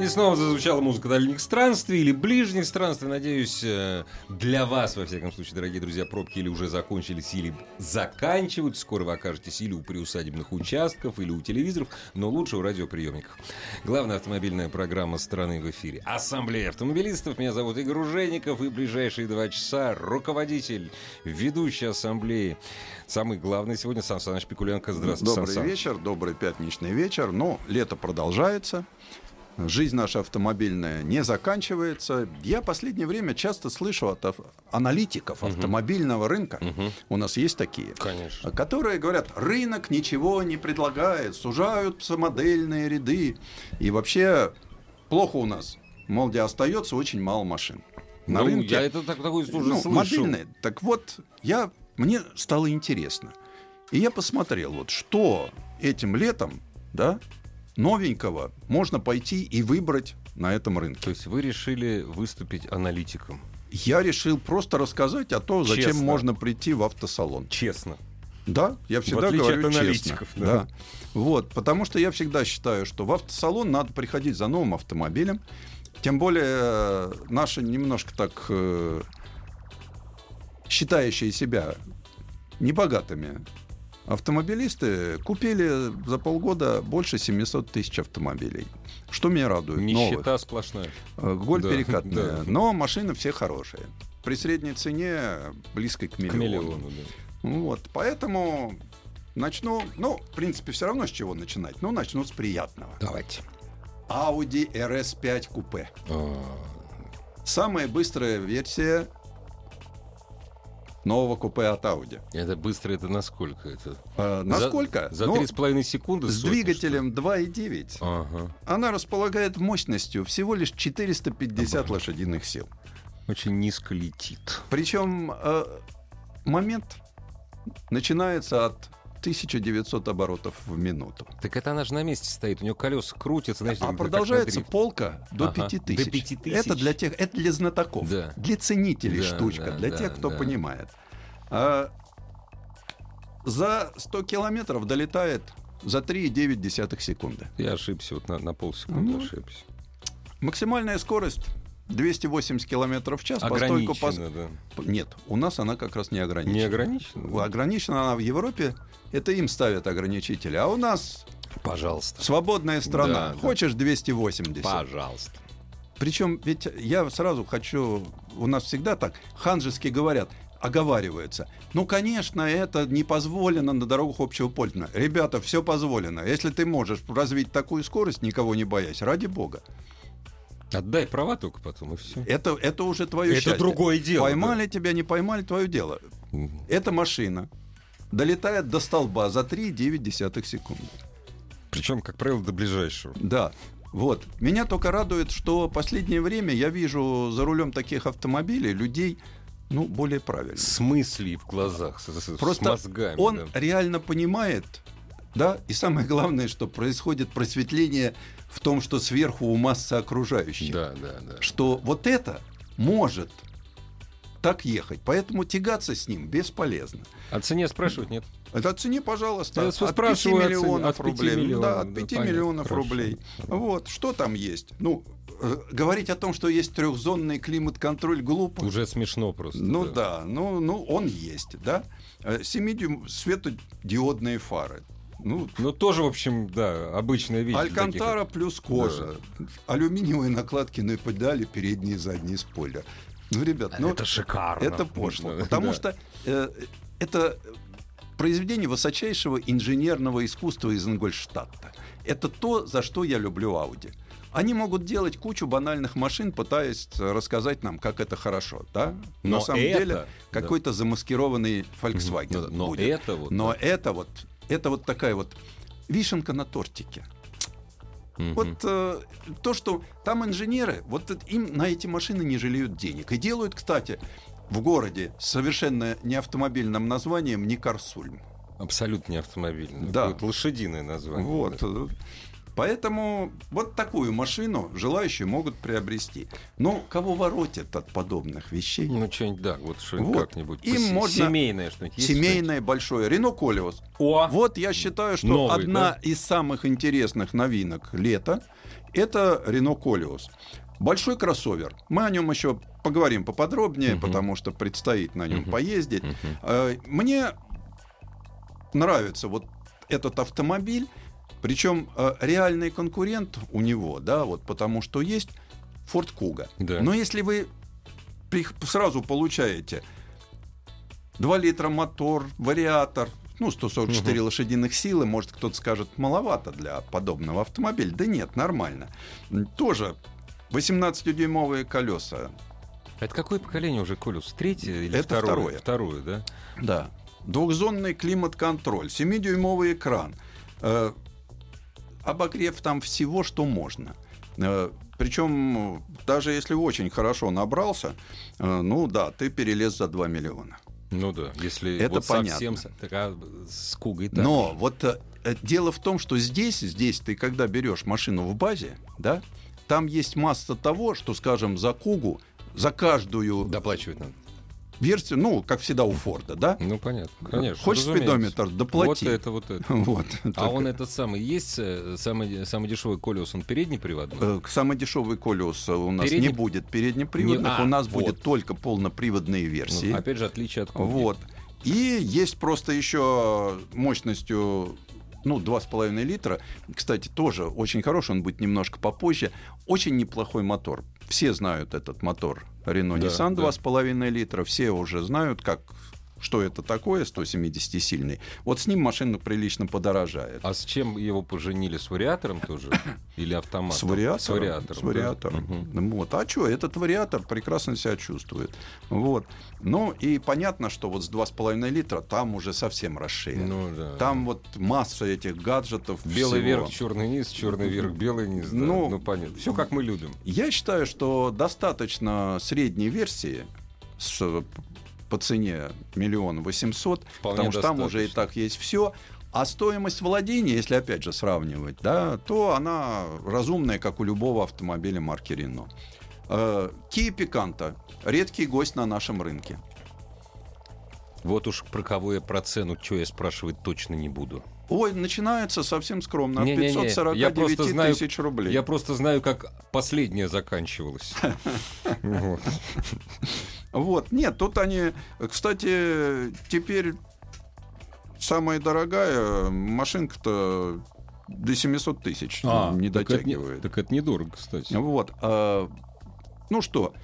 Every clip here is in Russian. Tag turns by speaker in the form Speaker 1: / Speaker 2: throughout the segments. Speaker 1: И снова зазвучала музыка дальних странствий или ближних странствий. Надеюсь, э, для вас, во всяком случае, дорогие друзья, пробки или уже закончились, или заканчиваются. Скоро вы окажетесь или у приусадебных участков, или у телевизоров, но лучше у радиоприемников. Главная автомобильная программа страны в эфире. Ассамблея автомобилистов. Меня зовут Игорь Ужеников. И в ближайшие два часа руководитель, ведущий ассамблеи. Самый главный сегодня Сан Саныч Пикуленко. Здравствуйте,
Speaker 2: Добрый
Speaker 1: Сан Саныч.
Speaker 2: вечер, добрый пятничный вечер. Но лето продолжается. Жизнь наша автомобильная не заканчивается. Я последнее время часто слышу от ав- аналитиков автомобильного рынка, у нас есть такие,
Speaker 1: Конечно.
Speaker 2: которые говорят, рынок ничего не предлагает, сужаются модельные ряды. И вообще плохо у нас. Мол, где остается очень мало машин. На
Speaker 1: ну,
Speaker 2: рынке
Speaker 1: я это так, такое уже
Speaker 2: ну,
Speaker 1: слышу.
Speaker 2: мобильные. Так вот, я, мне стало интересно. И я посмотрел, вот что этим летом, да, новенького можно пойти и выбрать на этом
Speaker 1: То
Speaker 2: рынке.
Speaker 1: есть вы решили выступить аналитиком?
Speaker 2: Я решил просто рассказать о том, зачем
Speaker 1: Честно.
Speaker 2: можно прийти в автосалон.
Speaker 1: Честно.
Speaker 2: Да, я всегда
Speaker 1: отличие
Speaker 2: говорю
Speaker 1: от
Speaker 2: честно.
Speaker 1: аналитиков, да.
Speaker 2: Да. Вот, потому что я всегда считаю, что в автосалон надо приходить за новым автомобилем. Тем более э, наши немножко так э, считающие себя небогатыми автомобилисты купили за полгода больше 700 тысяч автомобилей. Что меня радует. новых.
Speaker 1: Нищета а сплошная.
Speaker 2: Э, Голь
Speaker 1: Да,
Speaker 2: перекатная.
Speaker 1: да.
Speaker 2: Но машины все хорошие. При средней цене близко к
Speaker 1: К
Speaker 2: миллиону.
Speaker 1: миллиону, да.
Speaker 2: Вот, поэтому начну, ну, в принципе, все равно с чего начинать, но начну с приятного.
Speaker 1: Давайте.
Speaker 2: Audi RS5 купе.
Speaker 1: А.
Speaker 2: Самая быстрая версия нового купе от Audi.
Speaker 1: Это быстро, это насколько это?
Speaker 2: Э, Насколько?
Speaker 1: За
Speaker 2: Ну,
Speaker 1: три с половиной секунды.
Speaker 2: с
Speaker 1: сотни,
Speaker 2: двигателем 2,9
Speaker 1: что ли? Ага.
Speaker 2: она располагает мощностью всего лишь 450 лошадиных сил.
Speaker 1: Очень низко летит.
Speaker 2: Причем э, момент начинается от 1900 оборотов в минуту.
Speaker 1: Так это она же на месте стоит, у нее колеса крутятся, значит,
Speaker 2: А
Speaker 1: как ну, на
Speaker 2: продолжается
Speaker 1: дрифт.
Speaker 2: полка до
Speaker 1: Ага,
Speaker 2: 5000.
Speaker 1: до 5000.
Speaker 2: Это для тех, это для знатоков,
Speaker 1: Да.
Speaker 2: для ценителей
Speaker 1: Да,
Speaker 2: штучка,
Speaker 1: да,
Speaker 2: для
Speaker 1: да,
Speaker 2: тех, кто
Speaker 1: да.
Speaker 2: понимает. А за 100 километров долетает за 3,9 секунды.
Speaker 1: Я ошибся, вот на, на полсекунды
Speaker 2: Ну,
Speaker 1: ошибся.
Speaker 2: Максимальная скорость 280 километров в час. Постольку
Speaker 1: Ограничено, да.
Speaker 2: пос- Нет, у нас она как раз не ограничена.
Speaker 1: Не ограничено?
Speaker 2: Ограничена она в Европе. Это им ставят ограничители. А у нас
Speaker 1: Пожалуйста.
Speaker 2: свободная страна.
Speaker 1: Да, да.
Speaker 2: Хочешь 280.
Speaker 1: Пожалуйста.
Speaker 2: Причем ведь я сразу хочу, у нас всегда так, ханжески говорят, оговариваются. Ну, конечно, это не позволено на дорогах общего пользования. Ребята, все позволено. Если ты можешь развить такую скорость, никого не боясь, ради бога.
Speaker 1: Отдай права только потом, и все.
Speaker 2: Это, это уже твое
Speaker 1: Это
Speaker 2: счастье.
Speaker 1: другое дело,
Speaker 2: Поймали тебя, не поймали, твое дело. Эта машина долетает до столба за 3,9 секунды.
Speaker 1: Причем, как правило, до ближайшего.
Speaker 2: Да. Вот. Меня только радует, что последнее время я вижу за рулем таких автомобилей людей, ну, более правильных.
Speaker 1: С мыслей в глазах, с, с- с
Speaker 2: Просто
Speaker 1: мозгами.
Speaker 2: он
Speaker 1: да.
Speaker 2: реально понимает, да, и самое главное, что происходит просветление в том, что сверху у массы окружающих.
Speaker 1: Да, да, да.
Speaker 2: Что вот это может так ехать. Поэтому тягаться с ним бесполезно.
Speaker 1: О цене спрашивать нет.
Speaker 2: Это оцени, пожалуйста,
Speaker 1: Я
Speaker 2: от 5
Speaker 1: спрашиваю о цене.
Speaker 2: миллионов
Speaker 1: От пяти
Speaker 2: рублей.
Speaker 1: миллионов,
Speaker 2: да,
Speaker 1: да,
Speaker 2: от 5
Speaker 1: понятно,
Speaker 2: миллионов
Speaker 1: хорошо.
Speaker 2: рублей. Вот, что там есть? Ну, э, говорить о том, что есть трехзонный климат-контроль, глупо.
Speaker 1: Уже смешно просто.
Speaker 2: Ну да, ну, ну он есть, да. Э, Семидиум светодиодные фары. Ну,
Speaker 1: Ну тоже, в общем, да, обычная вещь. для
Speaker 2: Алькантара плюс кожа. Алюминиевые накладки на педали, передние и задние спойлер. Ну, ребят,
Speaker 1: таких.
Speaker 2: ну...
Speaker 1: А это шикарно.
Speaker 2: Это пошло.
Speaker 1: Да,
Speaker 2: Потому
Speaker 1: да.
Speaker 2: что э, это произведение высочайшего инженерного искусства из Ингольштадта. Это то, за что я люблю Ауди. Они могут делать кучу банальных машин, пытаясь э, рассказать нам, как это хорошо, да?
Speaker 1: Но
Speaker 2: На самом
Speaker 1: это-
Speaker 2: деле какой-то замаскированный Volkswagen
Speaker 1: Ну да, но
Speaker 2: будет.
Speaker 1: это вот,
Speaker 2: но
Speaker 1: да.
Speaker 2: это вот, это вот такая вот вишенка на тортике.
Speaker 1: Мгм.
Speaker 2: Вот э, то, что там инженеры, вот это- им на эти машины не жалеют денег. И делают, кстати, в городе с совершенно не автомобильным названием Никарсульм.
Speaker 1: Абсолютно не автомобильное.
Speaker 2: Да.
Speaker 1: Какое-то лошадиное название.
Speaker 2: Вот. э, Поэтому вот такую машину желающие могут приобрести. Но кого воротят от подобных вещей?
Speaker 1: Ну, что-нибудь, да, вот что-нибудь
Speaker 2: Вот.
Speaker 1: как-нибудь.
Speaker 2: Им
Speaker 1: Посе-
Speaker 2: можно-
Speaker 1: Семейное что-нибудь есть?
Speaker 2: Семейное большое. Рено Колиос.
Speaker 1: О!
Speaker 2: Вот я считаю, что
Speaker 1: Новый,
Speaker 2: одна
Speaker 1: да?
Speaker 2: из самых интересных новинок лета это Рено Колиос. Большой кроссовер. Мы о нем еще поговорим поподробнее,
Speaker 1: Мгм.
Speaker 2: потому что предстоит на нем
Speaker 1: Мгм.
Speaker 2: поездить.
Speaker 1: Мгм.
Speaker 2: Э, Мне нравится вот этот автомобиль. Причем э, реальный конкурент у него, да, вот потому что есть Ford Kuga.
Speaker 1: Да.
Speaker 2: Но если вы при- сразу получаете 2 литра мотор, вариатор, ну, 144 лошадиных силы, может, кто-то скажет, маловато для подобного автомобиля. Да нет, нормально. М, Тоже 18-дюймовые колеса.
Speaker 1: Это какое поколение уже, Колюс? Третье или
Speaker 2: Это
Speaker 1: второе?
Speaker 2: второе.
Speaker 1: Второе, да?
Speaker 2: Да. Двухзонный климат-контроль, 7-дюймовый экран. Э, обогрев там всего, что можно. Э, причем, э, даже если очень хорошо набрался, э, ну да, ты перелез за 2 миллиона.
Speaker 1: Ну да, если
Speaker 2: Это
Speaker 1: вот совсем
Speaker 2: понятно.
Speaker 1: с- так, а, с Кугой так.
Speaker 2: Но вот э, э, дело в том, что здесь, здесь ты когда берешь машину в базе, да, там есть масса того, что, скажем, за Кугу, за каждую
Speaker 1: Доплачивать надо.
Speaker 2: версию, ну, как всегда у Форда, да,
Speaker 1: Ну понятно, конечно.
Speaker 2: хочешь
Speaker 1: разумеется.
Speaker 2: спидометр, доплати.
Speaker 1: Вот это, вот это.
Speaker 2: Вот.
Speaker 1: А
Speaker 2: Так,
Speaker 1: он этот самый есть, э, самый, самый дешевый Колюс, он передний приводной?
Speaker 2: э, Самый дешевый колес э, у нас
Speaker 1: Передний-
Speaker 2: не будет переднеприводных,
Speaker 1: Не- а,
Speaker 2: у нас
Speaker 1: вот.
Speaker 2: будет только полноприводные версии.
Speaker 1: Ну, опять же, отличие от Куги.
Speaker 2: Вот. И есть просто еще мощностью ну, 2,5 литра. Кстати, тоже очень хороший, он будет немножко попозже. Очень неплохой мотор. Все знают этот мотор Renault
Speaker 1: Да,
Speaker 2: Nissan
Speaker 1: да.
Speaker 2: 2,5 литра. Все уже знают, как, что это такое, 170-сильный. Вот с ним машина прилично подорожает.
Speaker 1: А с чем его поженили? С вариатором тоже? Или автоматом?
Speaker 2: С вариатором.
Speaker 1: С вариатором.
Speaker 2: С
Speaker 1: да.
Speaker 2: вариатором.
Speaker 1: Мгм.
Speaker 2: Ну Вот. А что, этот вариатор прекрасно себя чувствует. Вот. Ну и понятно, что вот с 2,5 литра там уже совсем расширено.
Speaker 1: Ну да.
Speaker 2: Э, Там вот масса этих гаджетов.
Speaker 1: белый
Speaker 2: всего.
Speaker 1: верх, черный низ, черный верх, белый низ. да. Ну,
Speaker 2: Ну,
Speaker 1: понятно. Все как мы любим.
Speaker 2: Я считаю, что достаточно средней версии с, э, по цене миллион восемьсот,
Speaker 1: Вполне
Speaker 2: потому что там уже и
Speaker 1: достаточно.
Speaker 2: так есть все. А стоимость владения, если опять же сравнивать, да, то она разумная, как у любого автомобиля марки Рено. Э, Kia Picanto редкий гость на нашем рынке.
Speaker 1: Вот уж про кого я про цену, что я спрашивать точно не буду.
Speaker 2: Ой, начинается совсем скромно, от
Speaker 1: Не-не-не,
Speaker 2: 549
Speaker 1: я просто знаю-
Speaker 2: тысяч рублей.
Speaker 1: Я просто знаю, как последняя заканчивалась. Вот.
Speaker 2: Вот, нет, тут они, кстати, теперь самая дорогая машинка-то до 700 тысяч А, ну, не
Speaker 1: А, так это
Speaker 2: дотягивает.
Speaker 1: Так это недорого, кстати.
Speaker 2: Вот, а, ну что,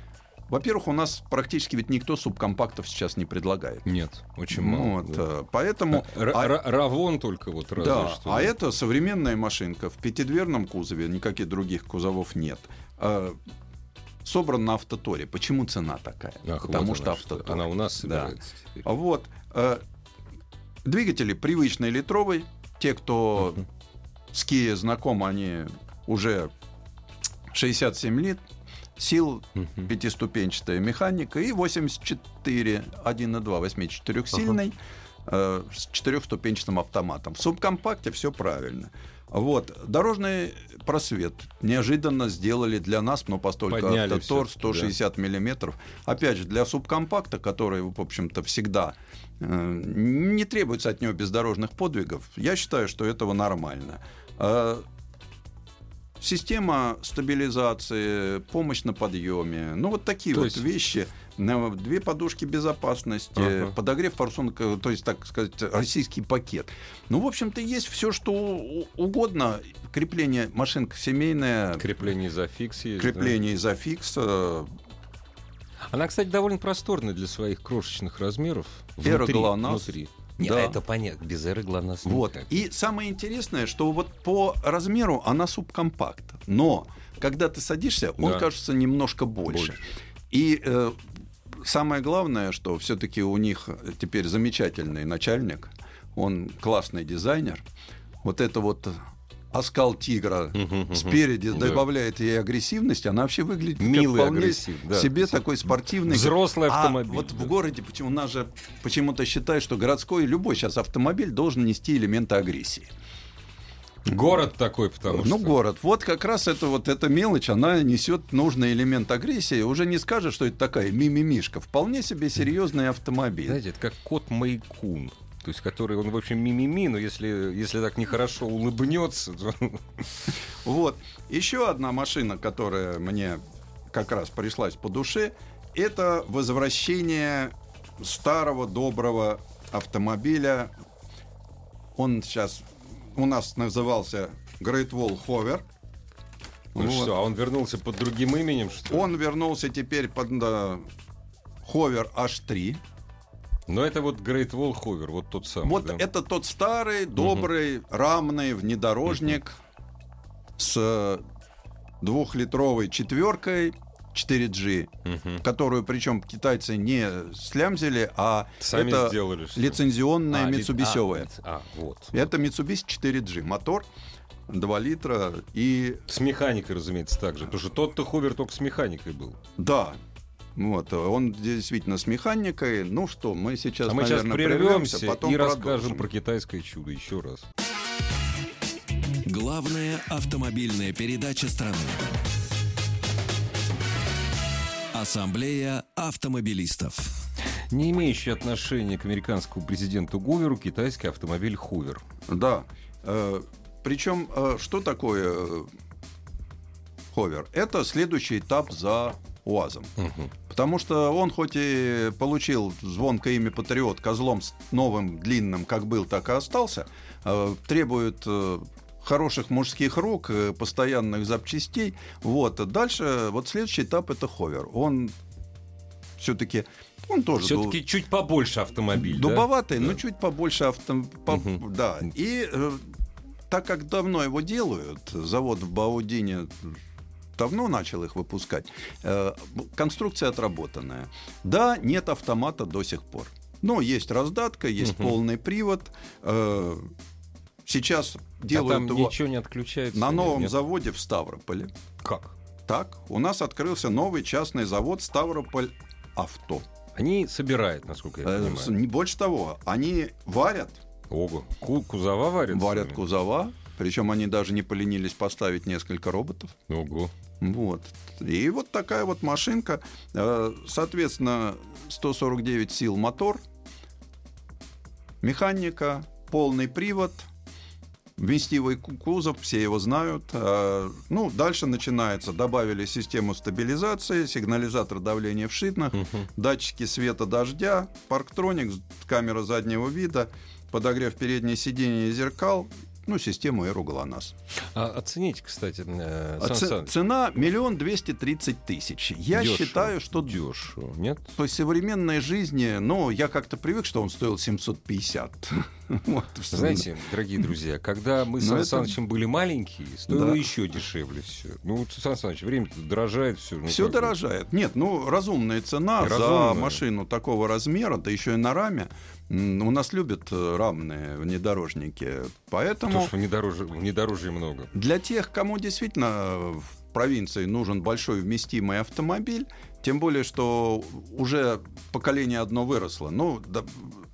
Speaker 2: во-первых, у нас практически ведь никто субкомпактов сейчас не предлагает.
Speaker 1: Нет, очень мало.
Speaker 2: Вот,
Speaker 1: да.
Speaker 2: а, Поэтому,
Speaker 1: Р-
Speaker 2: а-
Speaker 1: ра- Равон только вот разве
Speaker 2: да,
Speaker 1: что.
Speaker 2: а это современная машинка в пятидверном кузове, никаких других кузовов нет. А, собран на автоторе. Почему цена такая?
Speaker 1: Ах, вот
Speaker 2: Потому
Speaker 1: она
Speaker 2: что автотор.
Speaker 1: Она у нас
Speaker 2: Да.
Speaker 1: собирается. теперь.
Speaker 2: Вот. э, Двигатели привычные литровые. Те, кто
Speaker 1: Мгм.
Speaker 2: с Kia знакомы, они уже 67 лит. Сил
Speaker 1: Мгм.
Speaker 2: пятиступенчатая механика и 84 1,2 восьмичетырехсильный э, с четырехступенчатым автоматом. В субкомпакте все правильно. Вот. Дорожный просвет неожиданно сделали для нас, но поскольку
Speaker 1: Подняли
Speaker 2: автотор
Speaker 1: всё-таки, да.
Speaker 2: 160 миллиметров. Опять же, для субкомпакта, который, в общем-то, всегда э, не требуется от него бездорожных подвигов, я считаю, что этого нормально. Э, Система стабилизации, помощь на подъеме, ну вот такие
Speaker 1: То
Speaker 2: вот
Speaker 1: есть-
Speaker 2: вещи. На- Две подушки безопасности,
Speaker 1: Ага.
Speaker 2: подогрев форсунка, то есть, так сказать, российский пакет. Ну, в общем-то, есть все, что у- угодно. Крепление, машинка семейная,
Speaker 1: Крепление изофикс есть. да.
Speaker 2: крепление изофикс, э,
Speaker 1: Она, кстати, довольно просторная для своих крошечных размеров.
Speaker 2: Э,
Speaker 1: Внутри,
Speaker 2: Эроглонас.
Speaker 1: Внутри.
Speaker 2: Не, а это
Speaker 1: понятно. Без эроглонас
Speaker 2: Вот. И самое интересное, что вот по размеру она субкомпакт. Но когда ты садишься, он
Speaker 1: Да.
Speaker 2: кажется немножко больше.
Speaker 1: Больше.
Speaker 2: И э, самое главное, что все-таки у них теперь замечательный начальник. Он классный дизайнер. Вот это вот оскал тигра спереди
Speaker 1: Да.
Speaker 2: добавляет ей агрессивность, она вообще выглядит как
Speaker 1: Милый
Speaker 2: вполне
Speaker 1: агрессив, да.
Speaker 2: себе такой спортивный.
Speaker 1: Взрослый
Speaker 2: А
Speaker 1: автомобиль.
Speaker 2: вот в
Speaker 1: да.
Speaker 2: городе почему у нас же почему-то считают, что городской любой сейчас автомобиль должен нести элементы агрессии.
Speaker 1: Город такой, потому что...
Speaker 2: Ну, город. Вот как раз это вот эта мелочь, она несет нужный элемент агрессии. Уже не скажешь, что это такая мимимишка. Вполне себе серьезный автомобиль.
Speaker 1: Знаете, это как кот Майкун. То есть, который, он, в общем, мимими, но если, если так нехорошо улыбнется, то... ну
Speaker 2: Вот. Еще одна машина, которая мне как раз пришлась по душе, это возвращение старого доброго автомобиля. Он сейчас у нас назывался Great Wall Hover.
Speaker 1: Ну
Speaker 2: Вот.
Speaker 1: что, а он вернулся под другим именем, что ли?
Speaker 2: Он вернулся теперь под э, Hover H3.
Speaker 1: Но это вот Great Wall Hover, вот тот самый.
Speaker 2: Вот
Speaker 1: да?
Speaker 2: это тот старый, добрый, рамный внедорожник с э, двухлитровой четверкой 4G,
Speaker 1: Мгм.
Speaker 2: которую причем китайцы не слямзили, а
Speaker 1: Сами
Speaker 2: это
Speaker 1: сделали. что ли?
Speaker 2: лицензионная
Speaker 1: А, ли-
Speaker 2: митсубисевая.
Speaker 1: А, а, вот.
Speaker 2: Это Mitsubishi 4G мотор, 2 литра и
Speaker 1: С механикой, разумеется, так же. Потому что тот-то Ховер только с механикой был.
Speaker 2: да. Вот, э, он действительно с механикой. Ну что, мы сейчас,
Speaker 1: а мы сейчас
Speaker 2: наверное,
Speaker 1: прервемся,
Speaker 2: потом
Speaker 1: и расскажем
Speaker 2: продолжим.
Speaker 1: про китайское чудо еще раз.
Speaker 3: Главная автомобильная передача страны. Ассамблея автомобилистов.
Speaker 1: Не имеющий отношения к американскому президенту Гуверу китайский автомобиль Хувер.
Speaker 2: Да. Причем, что такое э, ховер? Это следующий этап за УАЗом. Потому что он хоть и получил звонкое имя Патриот козлом с новым, длинным, как был, так и остался, э, требует э, хороших мужских рук, э, постоянных запчастей. Вот. А Дальше, вот следующий этап это ховер. Он все-таки... Он тоже... дол-
Speaker 1: Все-таки чуть побольше автомобиль. да?
Speaker 2: Дубоватый, но
Speaker 1: Да.
Speaker 2: чуть побольше авто... по-
Speaker 1: Мгм.
Speaker 2: Да. И э, так как давно его делают, завод в Баудине давно начал их выпускать, э, конструкция отработанная. Да, нет автомата до сих пор. Но есть раздатка, есть полный привод. э, сейчас
Speaker 1: А
Speaker 2: делают
Speaker 1: там
Speaker 2: его
Speaker 1: ничего не отключается.
Speaker 2: на
Speaker 1: нет,
Speaker 2: новом
Speaker 1: нет?
Speaker 2: заводе в Ставрополе.
Speaker 1: Как?
Speaker 2: Так, у нас открылся новый частный завод Ставрополь Авто.
Speaker 1: Они собирают, насколько я
Speaker 2: Э, с-
Speaker 1: понимаю.
Speaker 2: не больше того, они варят
Speaker 1: Ого. Ку- кузова варят?
Speaker 2: Варят
Speaker 1: сами?
Speaker 2: кузова, причем они даже не поленились поставить несколько роботов.
Speaker 1: Ого.
Speaker 2: Вот. И вот такая вот машинка. Э, Соответственно, 149 сил мотор, механика, полный привод, вместивый ку- кузов, все его знают. Э, Ну, дальше начинается. Добавили систему стабилизации, сигнализатор давления в шинах,
Speaker 1: Мгм.
Speaker 2: датчики света дождя, парктроник, з- камера заднего вида, подогрев передней сиденья и зеркал, ну, систему аэроглонасс.
Speaker 1: А оцените, кстати, э, Сан
Speaker 2: А ц-
Speaker 1: Саныч,
Speaker 2: цена миллион двести тридцать тысяч. Я
Speaker 1: дешево.
Speaker 2: считаю, что дешево.
Speaker 1: дешево, нет?
Speaker 2: По современной жизни, ну, я как-то привык, что он стоил 750. Вот,
Speaker 1: Знаете, дорогие друзья, когда мы с
Speaker 2: Но
Speaker 1: Сан
Speaker 2: это-
Speaker 1: Санычем были маленькие, стоило
Speaker 2: Да.
Speaker 1: еще дешевле все. Ну, вот, Сан Саныч, время дорожает ну все.
Speaker 2: Все дорожает. Нет, ну разумная цена
Speaker 1: Разумная.
Speaker 2: за машину такого размера, да еще и на раме. М, У нас любят э, рамные внедорожники. Поэтому
Speaker 1: Потому что внедорожья, внедорожья много.
Speaker 2: для тех, кому действительно э, в провинции нужен большой вместимый автомобиль, тем более, что уже поколение одно выросло. Ну, да,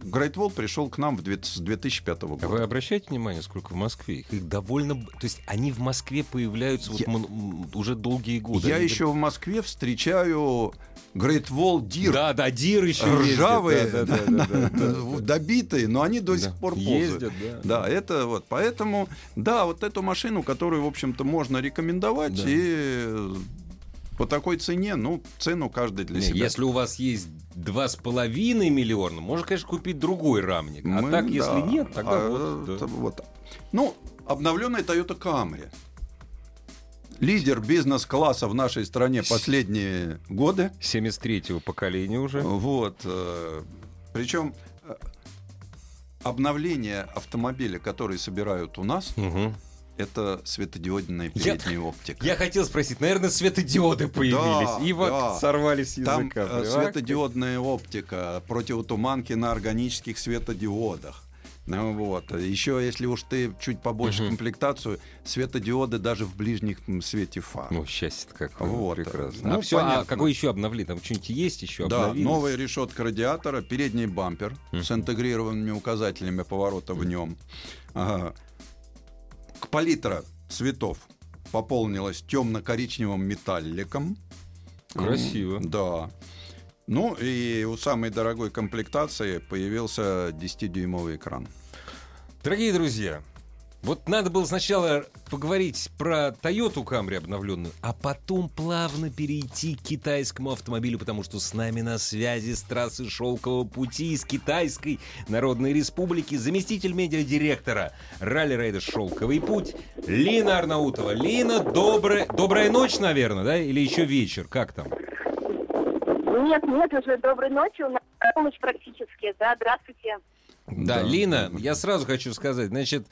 Speaker 2: Great Wall пришел к нам в две- с 2005
Speaker 1: А Вы
Speaker 2: года.
Speaker 1: обращаете внимание, сколько в Москве их? Их довольно... б- То есть они в Москве появляются вот
Speaker 2: Я-
Speaker 1: мон- м, уже долгие годы.
Speaker 2: Я
Speaker 1: Они
Speaker 2: еще в Москве встречаю Great Wall
Speaker 1: говорят,
Speaker 2: Deer.
Speaker 1: Да, да, дир еще
Speaker 2: Ржавые,
Speaker 1: ездят, да, да, да, да, да, да.
Speaker 2: добитые, но они до сих
Speaker 1: Да.
Speaker 2: пор ползают.
Speaker 1: ездят, да.
Speaker 2: Да, это вот. Поэтому, да, вот эту машину, которую, в общем-то, можно рекомендовать,
Speaker 1: Да.
Speaker 2: и э, по такой цене, ну, цену каждый для
Speaker 1: Не,
Speaker 2: себя.
Speaker 1: Если у вас есть 2,5 миллиона, можно, конечно, купить другой рамник. а
Speaker 2: Мы-
Speaker 1: так, если
Speaker 2: да.
Speaker 1: нет, тогда
Speaker 2: А,
Speaker 1: вот, да.
Speaker 2: это вот. Ну, обновленная Toyota Camry. Лидер бизнес-класса в нашей стране последние годы.
Speaker 1: 73-го поколения уже.
Speaker 2: Вот. э, Причем э, обновление автомобиля, который собирают у нас,
Speaker 1: Мгм.
Speaker 2: это светодиодная
Speaker 1: Я-
Speaker 2: передняя оптика.
Speaker 1: Я хотел спросить, наверное, светодиоды появились. и вот
Speaker 2: да.
Speaker 1: сорвались с
Speaker 2: Там
Speaker 1: языка.
Speaker 2: э,
Speaker 1: понимаешь?
Speaker 2: светодиодная оптика, противотуманки на органических светодиодах. Ну вот. Еще, если уж ты чуть побольше
Speaker 1: Мгм.
Speaker 2: комплектацию, светодиоды даже в ближних м, свете фар.
Speaker 1: Ну, счастье-то какое.
Speaker 2: Вот.
Speaker 1: Прекрасно.
Speaker 2: Ну,
Speaker 1: а все, а
Speaker 2: понятно.
Speaker 1: какой еще обновили? Там что-нибудь есть еще?
Speaker 2: да,
Speaker 1: обновилось?
Speaker 2: новая решетка радиатора, передний бампер
Speaker 1: Мгм.
Speaker 2: с интегрированными указателями поворота в нем. Ага. К палитра цветов пополнилась темно-коричневым металликом.
Speaker 1: Красиво.
Speaker 2: Да. Ну и у самой дорогой комплектации появился 10-дюймовый экран.
Speaker 1: Дорогие друзья, вот надо было сначала поговорить про Toyota Camry обновленную, а потом плавно перейти к китайскому автомобилю, потому что с нами на связи с трассы Шелкового пути из Китайской Народной Республики заместитель медиадиректора ралли рейда «Шелковый путь» Лина Арнаутова. Лина, добрая, добрая ночь, наверное, да? Или еще вечер? Как там?
Speaker 4: Нет, нет, уже доброй ночи, у нас полночь практически, да, здравствуйте.
Speaker 1: Да,
Speaker 2: Да.
Speaker 1: Лина, я сразу хочу сказать, значит,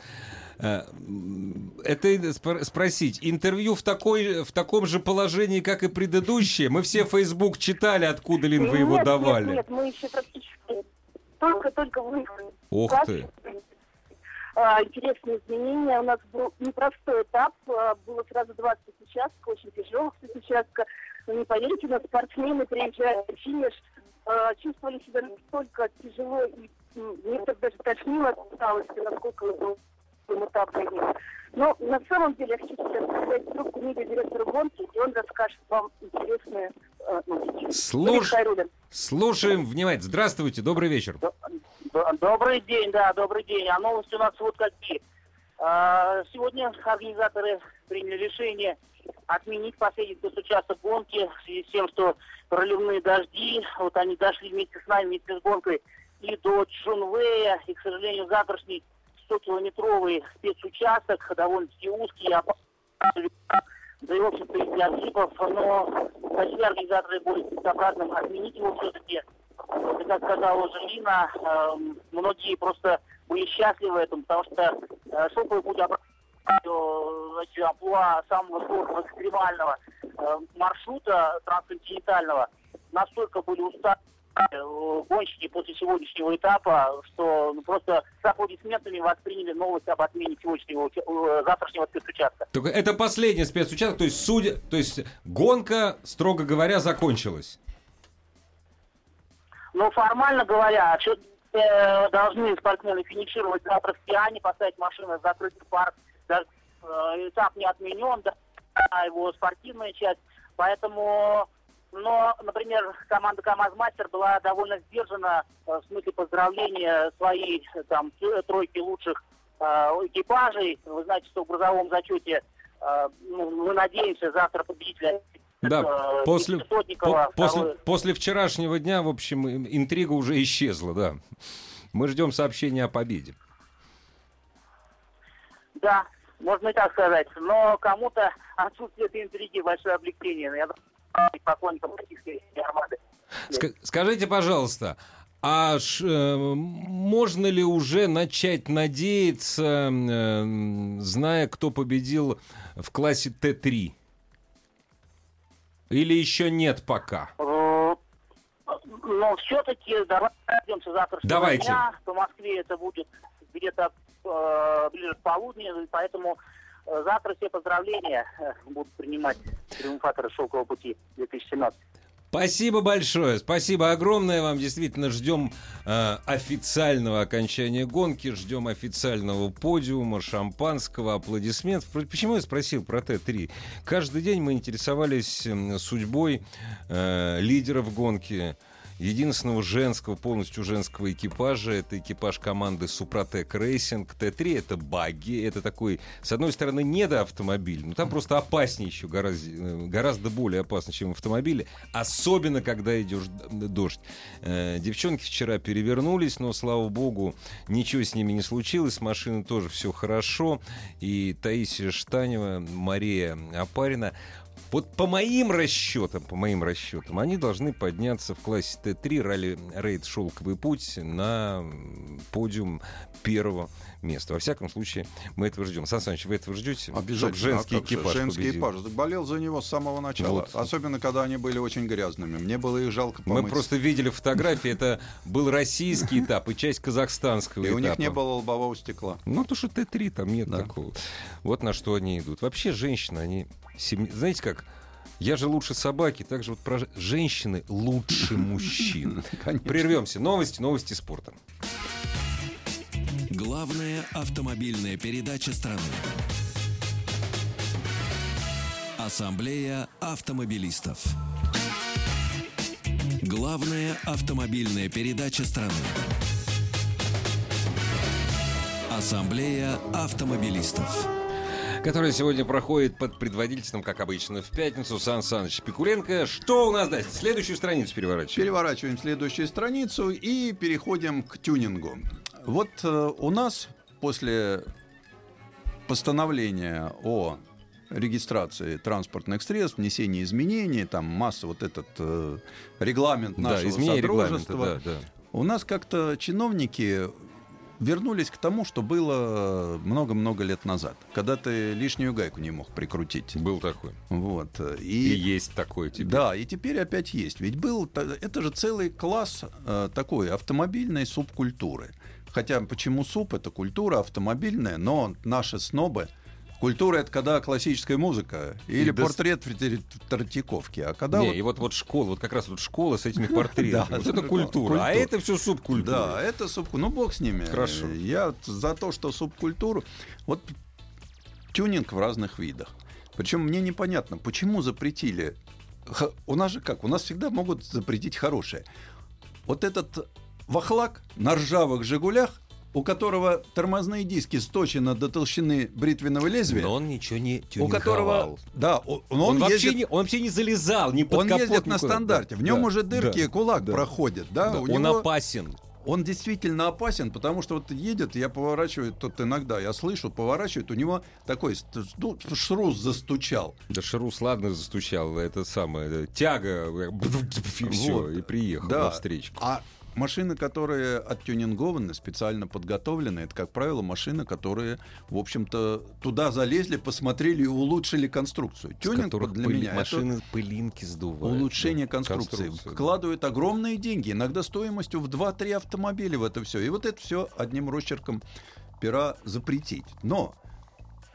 Speaker 1: э, м, это и спро- спросить, интервью в, такой, в таком же положении, как и предыдущее? Мы все Facebook читали, откуда, Лин, вы его
Speaker 4: Нет,
Speaker 1: давали.
Speaker 4: Нет, нет, мы еще практически только-только выехали.
Speaker 1: Ох ты.
Speaker 4: А, Интересные изменения. У нас был непростой этап. а, Было сразу 20 участков, очень тяжелых участков. Вы не поверите, у нас спортсмены, приезжая на финиш, а, чувствовали себя настолько тяжело и м, некоторых даже тошнило от усталости, насколько был этап для них. Но на самом деле я хочу сейчас сказать трубку медиадиректору гонки, и он расскажет вам интересные э, новости.
Speaker 1: Слуш-
Speaker 4: Валерий Хайруллин.
Speaker 1: Слушаем внимательно. Здравствуйте, добрый вечер.
Speaker 5: Д- Добрый день, да, добрый день. А новости у нас вот какие. А, Сегодня организаторы приняли решение отменить последний госучасток гонки в связи с тем, что проливные дожди, вот они дошли вместе с нами, вместе с гонкой, и до Джунвея, и, к сожалению, завтрашний 100-километровый спецучасток, довольно-таки узкий, опасный, да и, в общем-то, и для джипов, но почти организаторы будут целесообразным отменить его все-таки. И, как сказала уже Лина, эм, многие просто были счастливы этому, потому что э, шелковый путь обратно значит, амплуа самого сложного экстремального э, маршрута трансконтинентального настолько были устали э, гонщики после сегодняшнего этапа, что ну, просто с аплодисментами восприняли новость об отмене сегодняшнего уча- э, завтрашнего спецучастка.
Speaker 1: Только это последний спецучасток, то есть, судя, то есть гонка, строго говоря, закончилась.
Speaker 5: Но формально говоря, чё- э, должны спортсмены финишировать завтра в Тиане, поставить машину в закрытый парк. Даже, э, этап не отменен, да, а его спортивная часть. Поэтому, но, например, команда КамАЗ-Мастер была довольно сдержана э, в смысле поздравления своей э, там, т- тройки лучших э, экипажей. Вы знаете, что в грузовом зачете э, ну, мы надеемся завтра победителя
Speaker 1: Да,
Speaker 5: э,
Speaker 1: после,
Speaker 5: Сотникова,
Speaker 1: по- после,
Speaker 5: второе-
Speaker 1: после вчерашнего дня, в общем, им- интрига уже исчезла, да. Мы ждем сообщения о победе.
Speaker 5: Да, можно и так сказать. Но кому-то отсутствие этой интриги большое облегчение. Но Я думаю, поклонникам российской армады.
Speaker 1: Ска- Скажите, пожалуйста, а ш- э, можно ли уже начать надеяться, э, зная, кто победил в классе Т3? Или еще нет пока?
Speaker 5: Э, Но все-таки давайте пройдемся завтрашнего
Speaker 1: Давайте.
Speaker 5: дня. По Москве это будет где-то э, ближе к полудню, и поэтому э, завтра все поздравления э, будут принимать триумфаторы «Шелкового пути» 2017.
Speaker 1: Спасибо большое, спасибо огромное вам. Действительно, ждем э, официального окончания гонки, ждем официального подиума, шампанского, аплодисментов. Про- Почему я спросил про Т3? Каждый день мы интересовались м, судьбой э, лидеров гонки, единственного женского, полностью женского экипажа. Это экипаж команды Супротек Рейсинг. Т3 это баги. Это такой, с одной стороны, недоавтомобиль, но там просто опаснее еще гораздо, э, гораздо более опасно, чем автомобили. Особенно, когда идешь дождь. Э, Девчонки вчера перевернулись, но, слава богу, ничего с ними не случилось. С машиной тоже все хорошо. И Таисия Штанева, Мария Апарина вот по моим расчетам, по моим расчетам, они должны подняться в классе Т3 ралли рейд «Шелковый путь» на м, подиум первого места. Во всяком случае, мы этого ждем. Сан Саныч, вы этого ждете? Чтоб женский
Speaker 2: А как же,
Speaker 1: экипаж
Speaker 2: Женский
Speaker 1: победил.
Speaker 2: экипаж. Болел за него с самого начала.
Speaker 1: Вот.
Speaker 2: Особенно, когда они были очень грязными. Мне было их жалко
Speaker 1: Мы
Speaker 2: помыть.
Speaker 1: просто видели фотографии, это был российский этап и часть казахстанского
Speaker 2: И у них
Speaker 1: этапа.
Speaker 2: не было лобового стекла.
Speaker 1: Ну, то, что Т3, там нет
Speaker 2: Да.
Speaker 1: такого. Вот на что они идут. Вообще, женщины, они... сем- Знаете как? Я же лучше собаки, так же вот про ж- женщины лучше мужчин. Прервемся. Новости, новости спорта.
Speaker 3: Главная автомобильная передача страны. Ассамблея автомобилистов. Главная автомобильная передача страны. Ассамблея автомобилистов.
Speaker 1: которая сегодня проходит под предводительством, как обычно, в пятницу Сан Саныч Пикуленко. Что у нас дальше? Следующую страницу переворачиваем.
Speaker 2: Переворачиваем следующую страницу и переходим к тюнингу. Вот э, у нас после постановления о регистрации транспортных средств, внесении изменений, там масса вот этот э, регламент
Speaker 1: Да,
Speaker 2: нашего
Speaker 1: изменение регламента,
Speaker 2: содружества.
Speaker 1: да, да.
Speaker 2: У нас как-то чиновники вернулись к тому, что было много-много лет назад, когда ты лишнюю гайку не мог прикрутить.
Speaker 1: Был такой.
Speaker 2: Вот.
Speaker 1: И,
Speaker 2: И,
Speaker 1: есть такой теперь.
Speaker 2: да, и теперь опять есть. Ведь был та- это же целый класс э, такой автомобильной субкультуры. Хотя почему суп это культура автомобильная, но наши снобы культура это когда классическая музыка или
Speaker 1: И дос-
Speaker 2: портрет в тер- в Третьяковке, а когда
Speaker 1: Не,
Speaker 2: вот-
Speaker 1: и вот, вот школа, вот как раз вот школа с этими портретами.
Speaker 2: Да,
Speaker 1: Вот это
Speaker 2: культура.
Speaker 1: культура. А
Speaker 2: Культура.
Speaker 1: это все субкультура.
Speaker 2: Да, это субкультура. Ну, бог с ними.
Speaker 1: Хорошо.
Speaker 2: Я за то, что субкультуру. Вот тюнинг в разных видах. Причем мне непонятно, почему запретили. Х- У нас же как? У нас всегда могут запретить хорошее. Вот этот вахлак на ржавых «Жигулях», у которого тормозные диски сточены до толщины бритвенного лезвия,
Speaker 1: Но он ничего не
Speaker 2: у
Speaker 1: тюнинговал.
Speaker 2: которого... Да, он, он
Speaker 1: Он, вообще
Speaker 2: ездит,
Speaker 1: не, он вообще не залезал, не под
Speaker 2: он
Speaker 1: капот
Speaker 2: ездит на
Speaker 1: никуда.
Speaker 2: стандарте. В нем
Speaker 1: Да,
Speaker 2: уже дырки и
Speaker 1: да,
Speaker 2: кулак
Speaker 1: да.
Speaker 2: проходит. Да?
Speaker 1: Да,
Speaker 2: у
Speaker 1: он
Speaker 2: него-
Speaker 1: опасен.
Speaker 2: он действительно опасен, потому что вот едет, я поворачиваю тут иногда, я слышу, поворачивает, у него такой ст- ну, шрус застучал.
Speaker 1: Да Шарус ладно застучал, это самое, э, тяга, э, и все,
Speaker 2: Вот.
Speaker 1: и приехал
Speaker 2: Да.
Speaker 1: на встречку.
Speaker 2: А машины, которые оттюнингованы, специально подготовлены, это, как правило, машины, которые, в общем-то, туда залезли, посмотрели и улучшили конструкцию.
Speaker 1: С
Speaker 2: Тюнинг
Speaker 1: которых
Speaker 2: вот, для
Speaker 1: пыли-
Speaker 2: меня это
Speaker 1: машины пылинки сдувают.
Speaker 2: улучшение
Speaker 1: Да,
Speaker 2: конструкции.
Speaker 1: конструкцию, да.
Speaker 2: Вкладывают огромные деньги, иногда стоимостью в 2-3 автомобиля в это все. И вот это все одним росчерком пера запретить. Но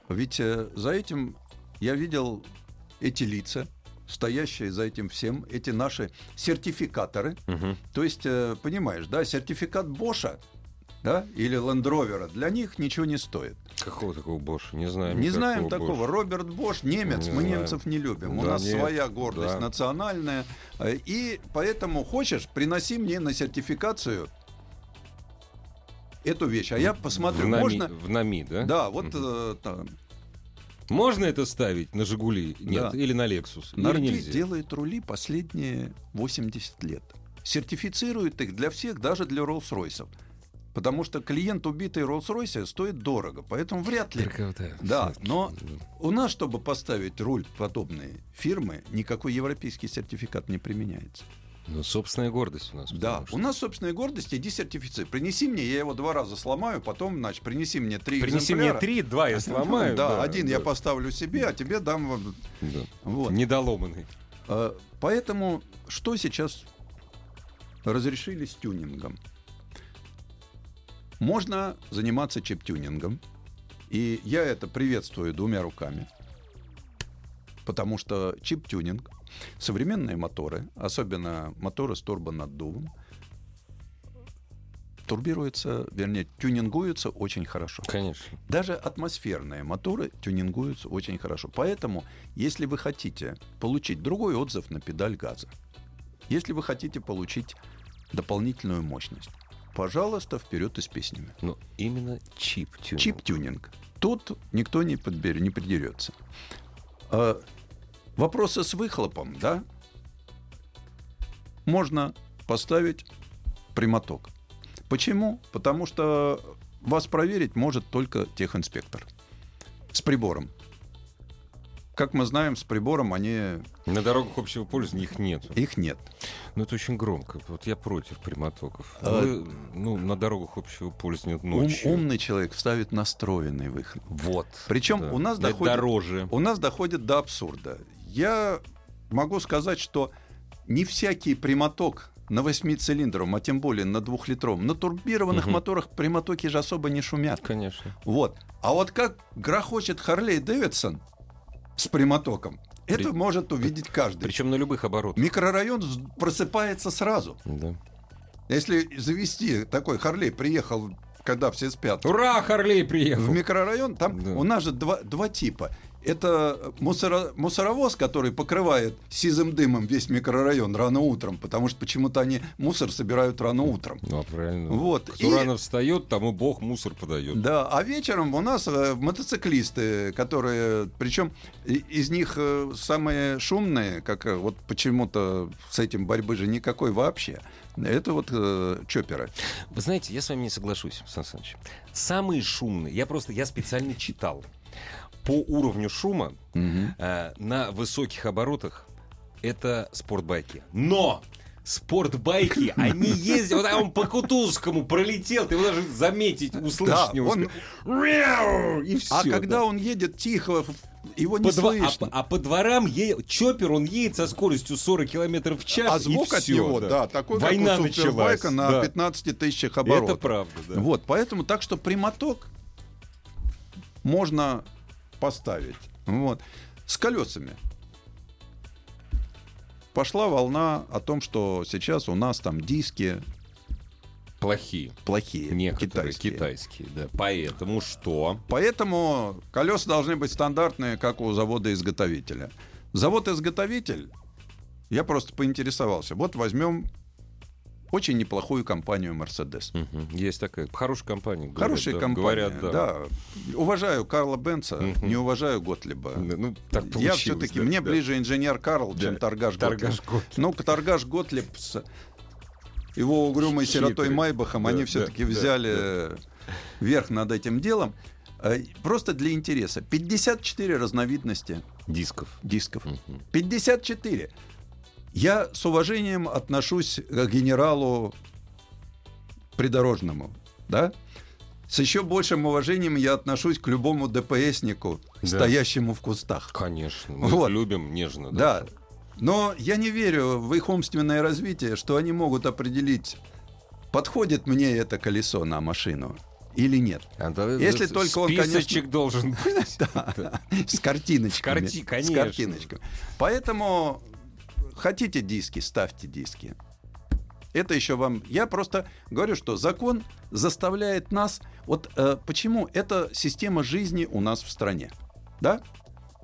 Speaker 2: ведь э, за этим я видел эти лица, стоящие за этим всем, эти наши сертификаторы.
Speaker 1: Мгм.
Speaker 2: То есть, э, понимаешь, да, сертификат Боша да, или Лендровера для них ничего не стоит.
Speaker 1: Какого такого Боша? Не знаем.
Speaker 2: Не
Speaker 1: никакого
Speaker 2: знаем такого.
Speaker 1: Боша.
Speaker 2: Роберт Бош немец,
Speaker 1: Не
Speaker 2: мы
Speaker 1: знаем.
Speaker 2: немцев не любим. У
Speaker 1: Да,
Speaker 2: нас
Speaker 1: нет,
Speaker 2: своя гордость
Speaker 1: да.
Speaker 2: национальная. Э, И поэтому хочешь, приноси мне на сертификацию эту вещь. А я посмотрю,
Speaker 1: в НАМИ,
Speaker 2: можно...
Speaker 1: в НАМИ, да?
Speaker 2: Да, вот
Speaker 1: Мгм.
Speaker 2: э, там,
Speaker 1: Можно это ставить на Жигули? Нет,
Speaker 2: Да.
Speaker 1: или на Лексус? Или
Speaker 2: Нарди
Speaker 1: нельзя?
Speaker 2: делает рули последние 80 лет. Сертифицирует их для всех, даже для Роллс-Ройсов. Потому что клиент, убитый Роллс-Ройсе, стоит дорого. Поэтому вряд ли... Да, но у нас, чтобы поставить руль подобной фирмы, никакой европейский сертификат не применяется.
Speaker 1: Ну, собственная гордость у нас.
Speaker 2: Да,
Speaker 1: потому что-
Speaker 2: у нас собственная гордость, иди сертифицирую. Принеси мне, я его два раза сломаю, потом, значит, принеси мне три
Speaker 1: Принеси мне
Speaker 2: экземпляра.
Speaker 1: три, два я сломаю.
Speaker 2: Да, один я
Speaker 1: да,
Speaker 2: поставлю себе, а тебе дам... вот.
Speaker 1: да.
Speaker 2: Вот.
Speaker 1: Недоломанный.
Speaker 2: Э, Поэтому что сейчас разрешили с тюнингом? Можно заниматься чип-тюнингом. И я это приветствую двумя руками. Потому что чип-тюнинг, современные моторы, особенно моторы с турбонаддувом, турбируются, вернее, тюнингуются очень хорошо.
Speaker 1: Конечно.
Speaker 2: Даже атмосферные моторы тюнингуются очень хорошо. Поэтому, если вы хотите получить другой отзыв на педаль газа, если вы хотите получить дополнительную мощность, пожалуйста, вперед и с песнями.
Speaker 1: Но именно чип тюнинг.
Speaker 2: Чип-тюнинг. Тут никто не, подбер- не придерется. А, вопросы с выхлопом, да? Можно поставить прямоток. Почему? Потому что вас проверить может только техинспектор. С прибором. Как мы знаем, с прибором они...
Speaker 1: На дорогах общего пользования их нет.
Speaker 2: их нет.
Speaker 1: Ну, это очень громко. Вот я против прямотоков.
Speaker 2: А-
Speaker 1: Вы, ну, на дорогах общего пользования
Speaker 2: Ум-
Speaker 1: ночью.
Speaker 2: умный человек вставит настроенный выхлоп.
Speaker 1: Вот.
Speaker 2: Причем у нас
Speaker 1: Это
Speaker 2: доходит-
Speaker 1: дороже.
Speaker 2: У нас доходит до абсурда. Я могу сказать, что не всякий прямоток на восьмицилиндровом, а тем более на двухлитровом, на турбированных
Speaker 1: Мгм.
Speaker 2: моторах прямотоки же особо не шумят.
Speaker 1: Конечно.
Speaker 2: Вот. А вот как грохочет Харлей Дэвидсон с прямотоком,
Speaker 1: При-
Speaker 2: это может увидеть каждый.
Speaker 1: Причем на любых оборотах.
Speaker 2: Микрорайон вз- просыпается сразу.
Speaker 1: Да.
Speaker 2: Если завести такой Харлей, приехал, когда все спят,
Speaker 1: Ура, Харлей приехал!
Speaker 2: в микрорайон, там
Speaker 1: Да.
Speaker 2: у нас же два, два типа. Это мусоро- мусоровоз, который покрывает сизым дымом весь микрорайон рано утром, потому что почему-то они мусор собирают рано утром.
Speaker 1: Ну, а правильно.
Speaker 2: Вот,
Speaker 1: Кто
Speaker 2: и-
Speaker 1: рано встает, тому бог мусор подает.
Speaker 2: Да, а вечером у нас э, мотоциклисты, которые, причем и- из них э, самые шумные, как э, вот почему-то с этим борьбы же никакой вообще. Это вот э, чоперы.
Speaker 1: Вы знаете, я с вами не соглашусь, Сан Саныч. Самые шумные, я просто, я специально читал. По уровню шума э, на высоких оборотах это спортбайки. Но спортбайки, они ездят, вот а он по Кутузскому пролетел, ты его даже заметить, услышать
Speaker 2: Да,
Speaker 1: не
Speaker 2: он-
Speaker 1: успел. Мяу! И все.
Speaker 2: а когда он едет тихо, ф- его не
Speaker 1: по два- а,
Speaker 2: слышно.
Speaker 1: по- а по дворам е... чоппер, он едет со скоростью 40 километров в час.
Speaker 2: А
Speaker 1: и
Speaker 2: звук от
Speaker 1: всё,
Speaker 2: него, да, такой,
Speaker 1: Война
Speaker 2: как у
Speaker 1: началась.
Speaker 2: супербайка на
Speaker 1: да.
Speaker 2: 15 тысячах
Speaker 1: Это
Speaker 2: оборотов.
Speaker 1: правда, да.
Speaker 2: Вот, поэтому так что прямоток можно поставить. Вот. С колесами. Пошла волна о том, что сейчас у нас там диски
Speaker 1: Плохие.
Speaker 2: плохие,
Speaker 1: Некоторые
Speaker 2: китайские.
Speaker 1: китайские. да. Поэтому что?
Speaker 2: Поэтому колеса должны быть стандартные, как у завода-изготовителя. Завод-изготовитель, я просто поинтересовался. Вот возьмем очень неплохую компанию Mercedes.
Speaker 1: Есть такая хорошая компания. говорят,
Speaker 2: Хорошая
Speaker 1: да.
Speaker 2: компания,
Speaker 1: Говорят,
Speaker 2: да.
Speaker 1: да.
Speaker 2: Уважаю Карла Бенца,
Speaker 1: Мгм.
Speaker 2: не уважаю Готлиба.
Speaker 1: Да, Ну, так
Speaker 2: Я
Speaker 1: получилось,
Speaker 2: все-таки,
Speaker 1: да,
Speaker 2: мне
Speaker 1: да.
Speaker 2: ближе инженер Карл, чем
Speaker 1: Да.
Speaker 2: торгаш,
Speaker 1: Торгаш
Speaker 2: Готлиб.
Speaker 1: Готлиб.
Speaker 2: Ну, торгаш Готлиб с его угрюмой
Speaker 1: Хитрый.
Speaker 2: сиротой Майбахом,
Speaker 1: Да,
Speaker 2: они
Speaker 1: да,
Speaker 2: все-таки
Speaker 1: да,
Speaker 2: взяли э, верх над этим делом. Э, Просто для интереса. 54 разновидности
Speaker 1: Дисков.
Speaker 2: дисков.
Speaker 1: Мгм.
Speaker 2: 54. Я с уважением отношусь э, к генералу придорожному, да? С еще большим уважением я отношусь к любому ДПСнику,
Speaker 1: Да.
Speaker 2: стоящему в кустах.
Speaker 1: Конечно. Мы
Speaker 2: Вот.
Speaker 1: их любим нежно.
Speaker 2: Да. Но я не верю в их умственное развитие, что они могут определить, подходит мне это колесо на машину или нет.
Speaker 1: А да,
Speaker 2: Если
Speaker 1: с-
Speaker 2: только он, конечно-
Speaker 1: списочек должен быть.
Speaker 2: Да. С картиночками.
Speaker 1: Карти-
Speaker 2: С
Speaker 1: конечно.
Speaker 2: картиночками. Поэтому хотите диски, ставьте диски. Это еще вам... Я просто говорю, что закон заставляет нас... Вот э, почему это система жизни у нас в стране. Да?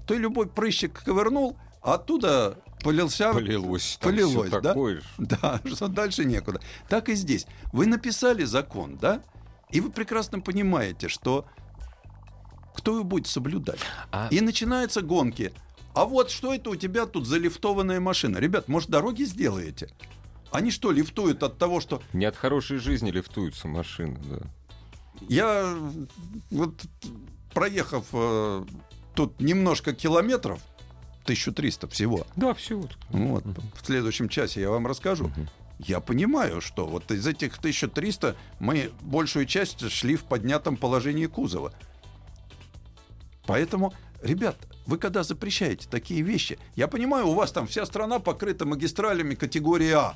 Speaker 2: Ты любой прыщик ковырнул, а оттуда полился...
Speaker 1: Полилось. там
Speaker 2: Полилось,
Speaker 1: всё
Speaker 2: да?
Speaker 1: такое же.
Speaker 2: Да, что дальше некуда. Так и здесь. Вы написали закон, да? И вы прекрасно понимаете, что кто его будет соблюдать.
Speaker 1: А-
Speaker 2: И начинаются гонки. А вот что это у тебя тут за лифтованная машина? Ребят, может, дороги сделаете? Они что, лифтуют от того, что
Speaker 1: Не от хорошей жизни лифтуются машины, да.
Speaker 2: я э, вот проехав э, тут немножко километров, 1300 всего,
Speaker 1: Да, все вот.
Speaker 2: Вот. В следующем часе я вам расскажу. Я понимаю, что вот из этих 1300 мы большую часть шли в поднятом положении кузова. Поэтому, ребят, вы когда запрещаете такие вещи, я понимаю, у вас там вся страна покрыта магистралями категории А.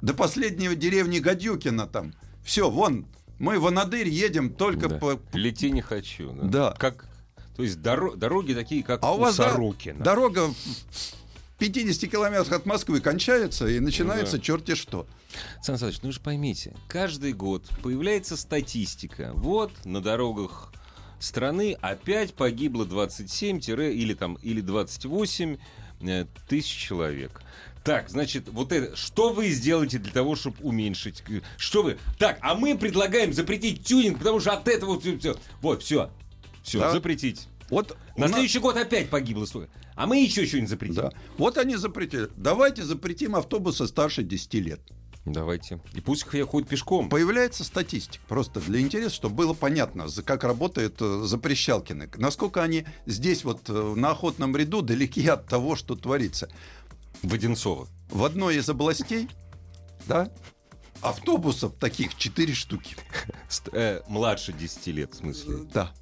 Speaker 2: До последнего деревни Гадюкина там. Все, вон, мы в Анадырь едем только
Speaker 1: Да.
Speaker 2: по...
Speaker 1: Лети не хочу.
Speaker 2: Да.
Speaker 1: Как... То есть доро- дороги такие, как
Speaker 2: А у вас да-
Speaker 1: Сорокина.
Speaker 2: дорога в 50 километрах от Москвы кончается и
Speaker 1: Ну
Speaker 2: начинается черти что.
Speaker 1: Сан Саныч, ну вы же поймите, каждый год появляется статистика. Вот на дорогах страны опять погибло 27 тире или там или 28 э, тысяч человек. Так, значит, вот это, что вы сделаете для того, чтобы уменьшить? э, Что вы? Так, а мы предлагаем запретить тюнинг, потому что от этого все, вот все, все
Speaker 2: Да.
Speaker 1: запретить.
Speaker 2: Вот
Speaker 1: На
Speaker 2: у нас-
Speaker 1: следующий год опять погибло столько. А мы еще что-нибудь запретим.
Speaker 2: Да. Вот они запретили. Давайте запретим автобусы старше 10 лет.
Speaker 1: Давайте. И пусть их ходят пешком.
Speaker 2: Появляется статистика, просто для интереса, чтобы было понятно, за- как работают э, запрещалкины. Насколько они здесь вот э, на охотном ряду далеки от того, что творится.
Speaker 1: Воденцова.
Speaker 2: В одной из областей, да, автобусов таких 4 штуки.
Speaker 1: Ст- э, младше 10 лет, в смысле.
Speaker 2: Да.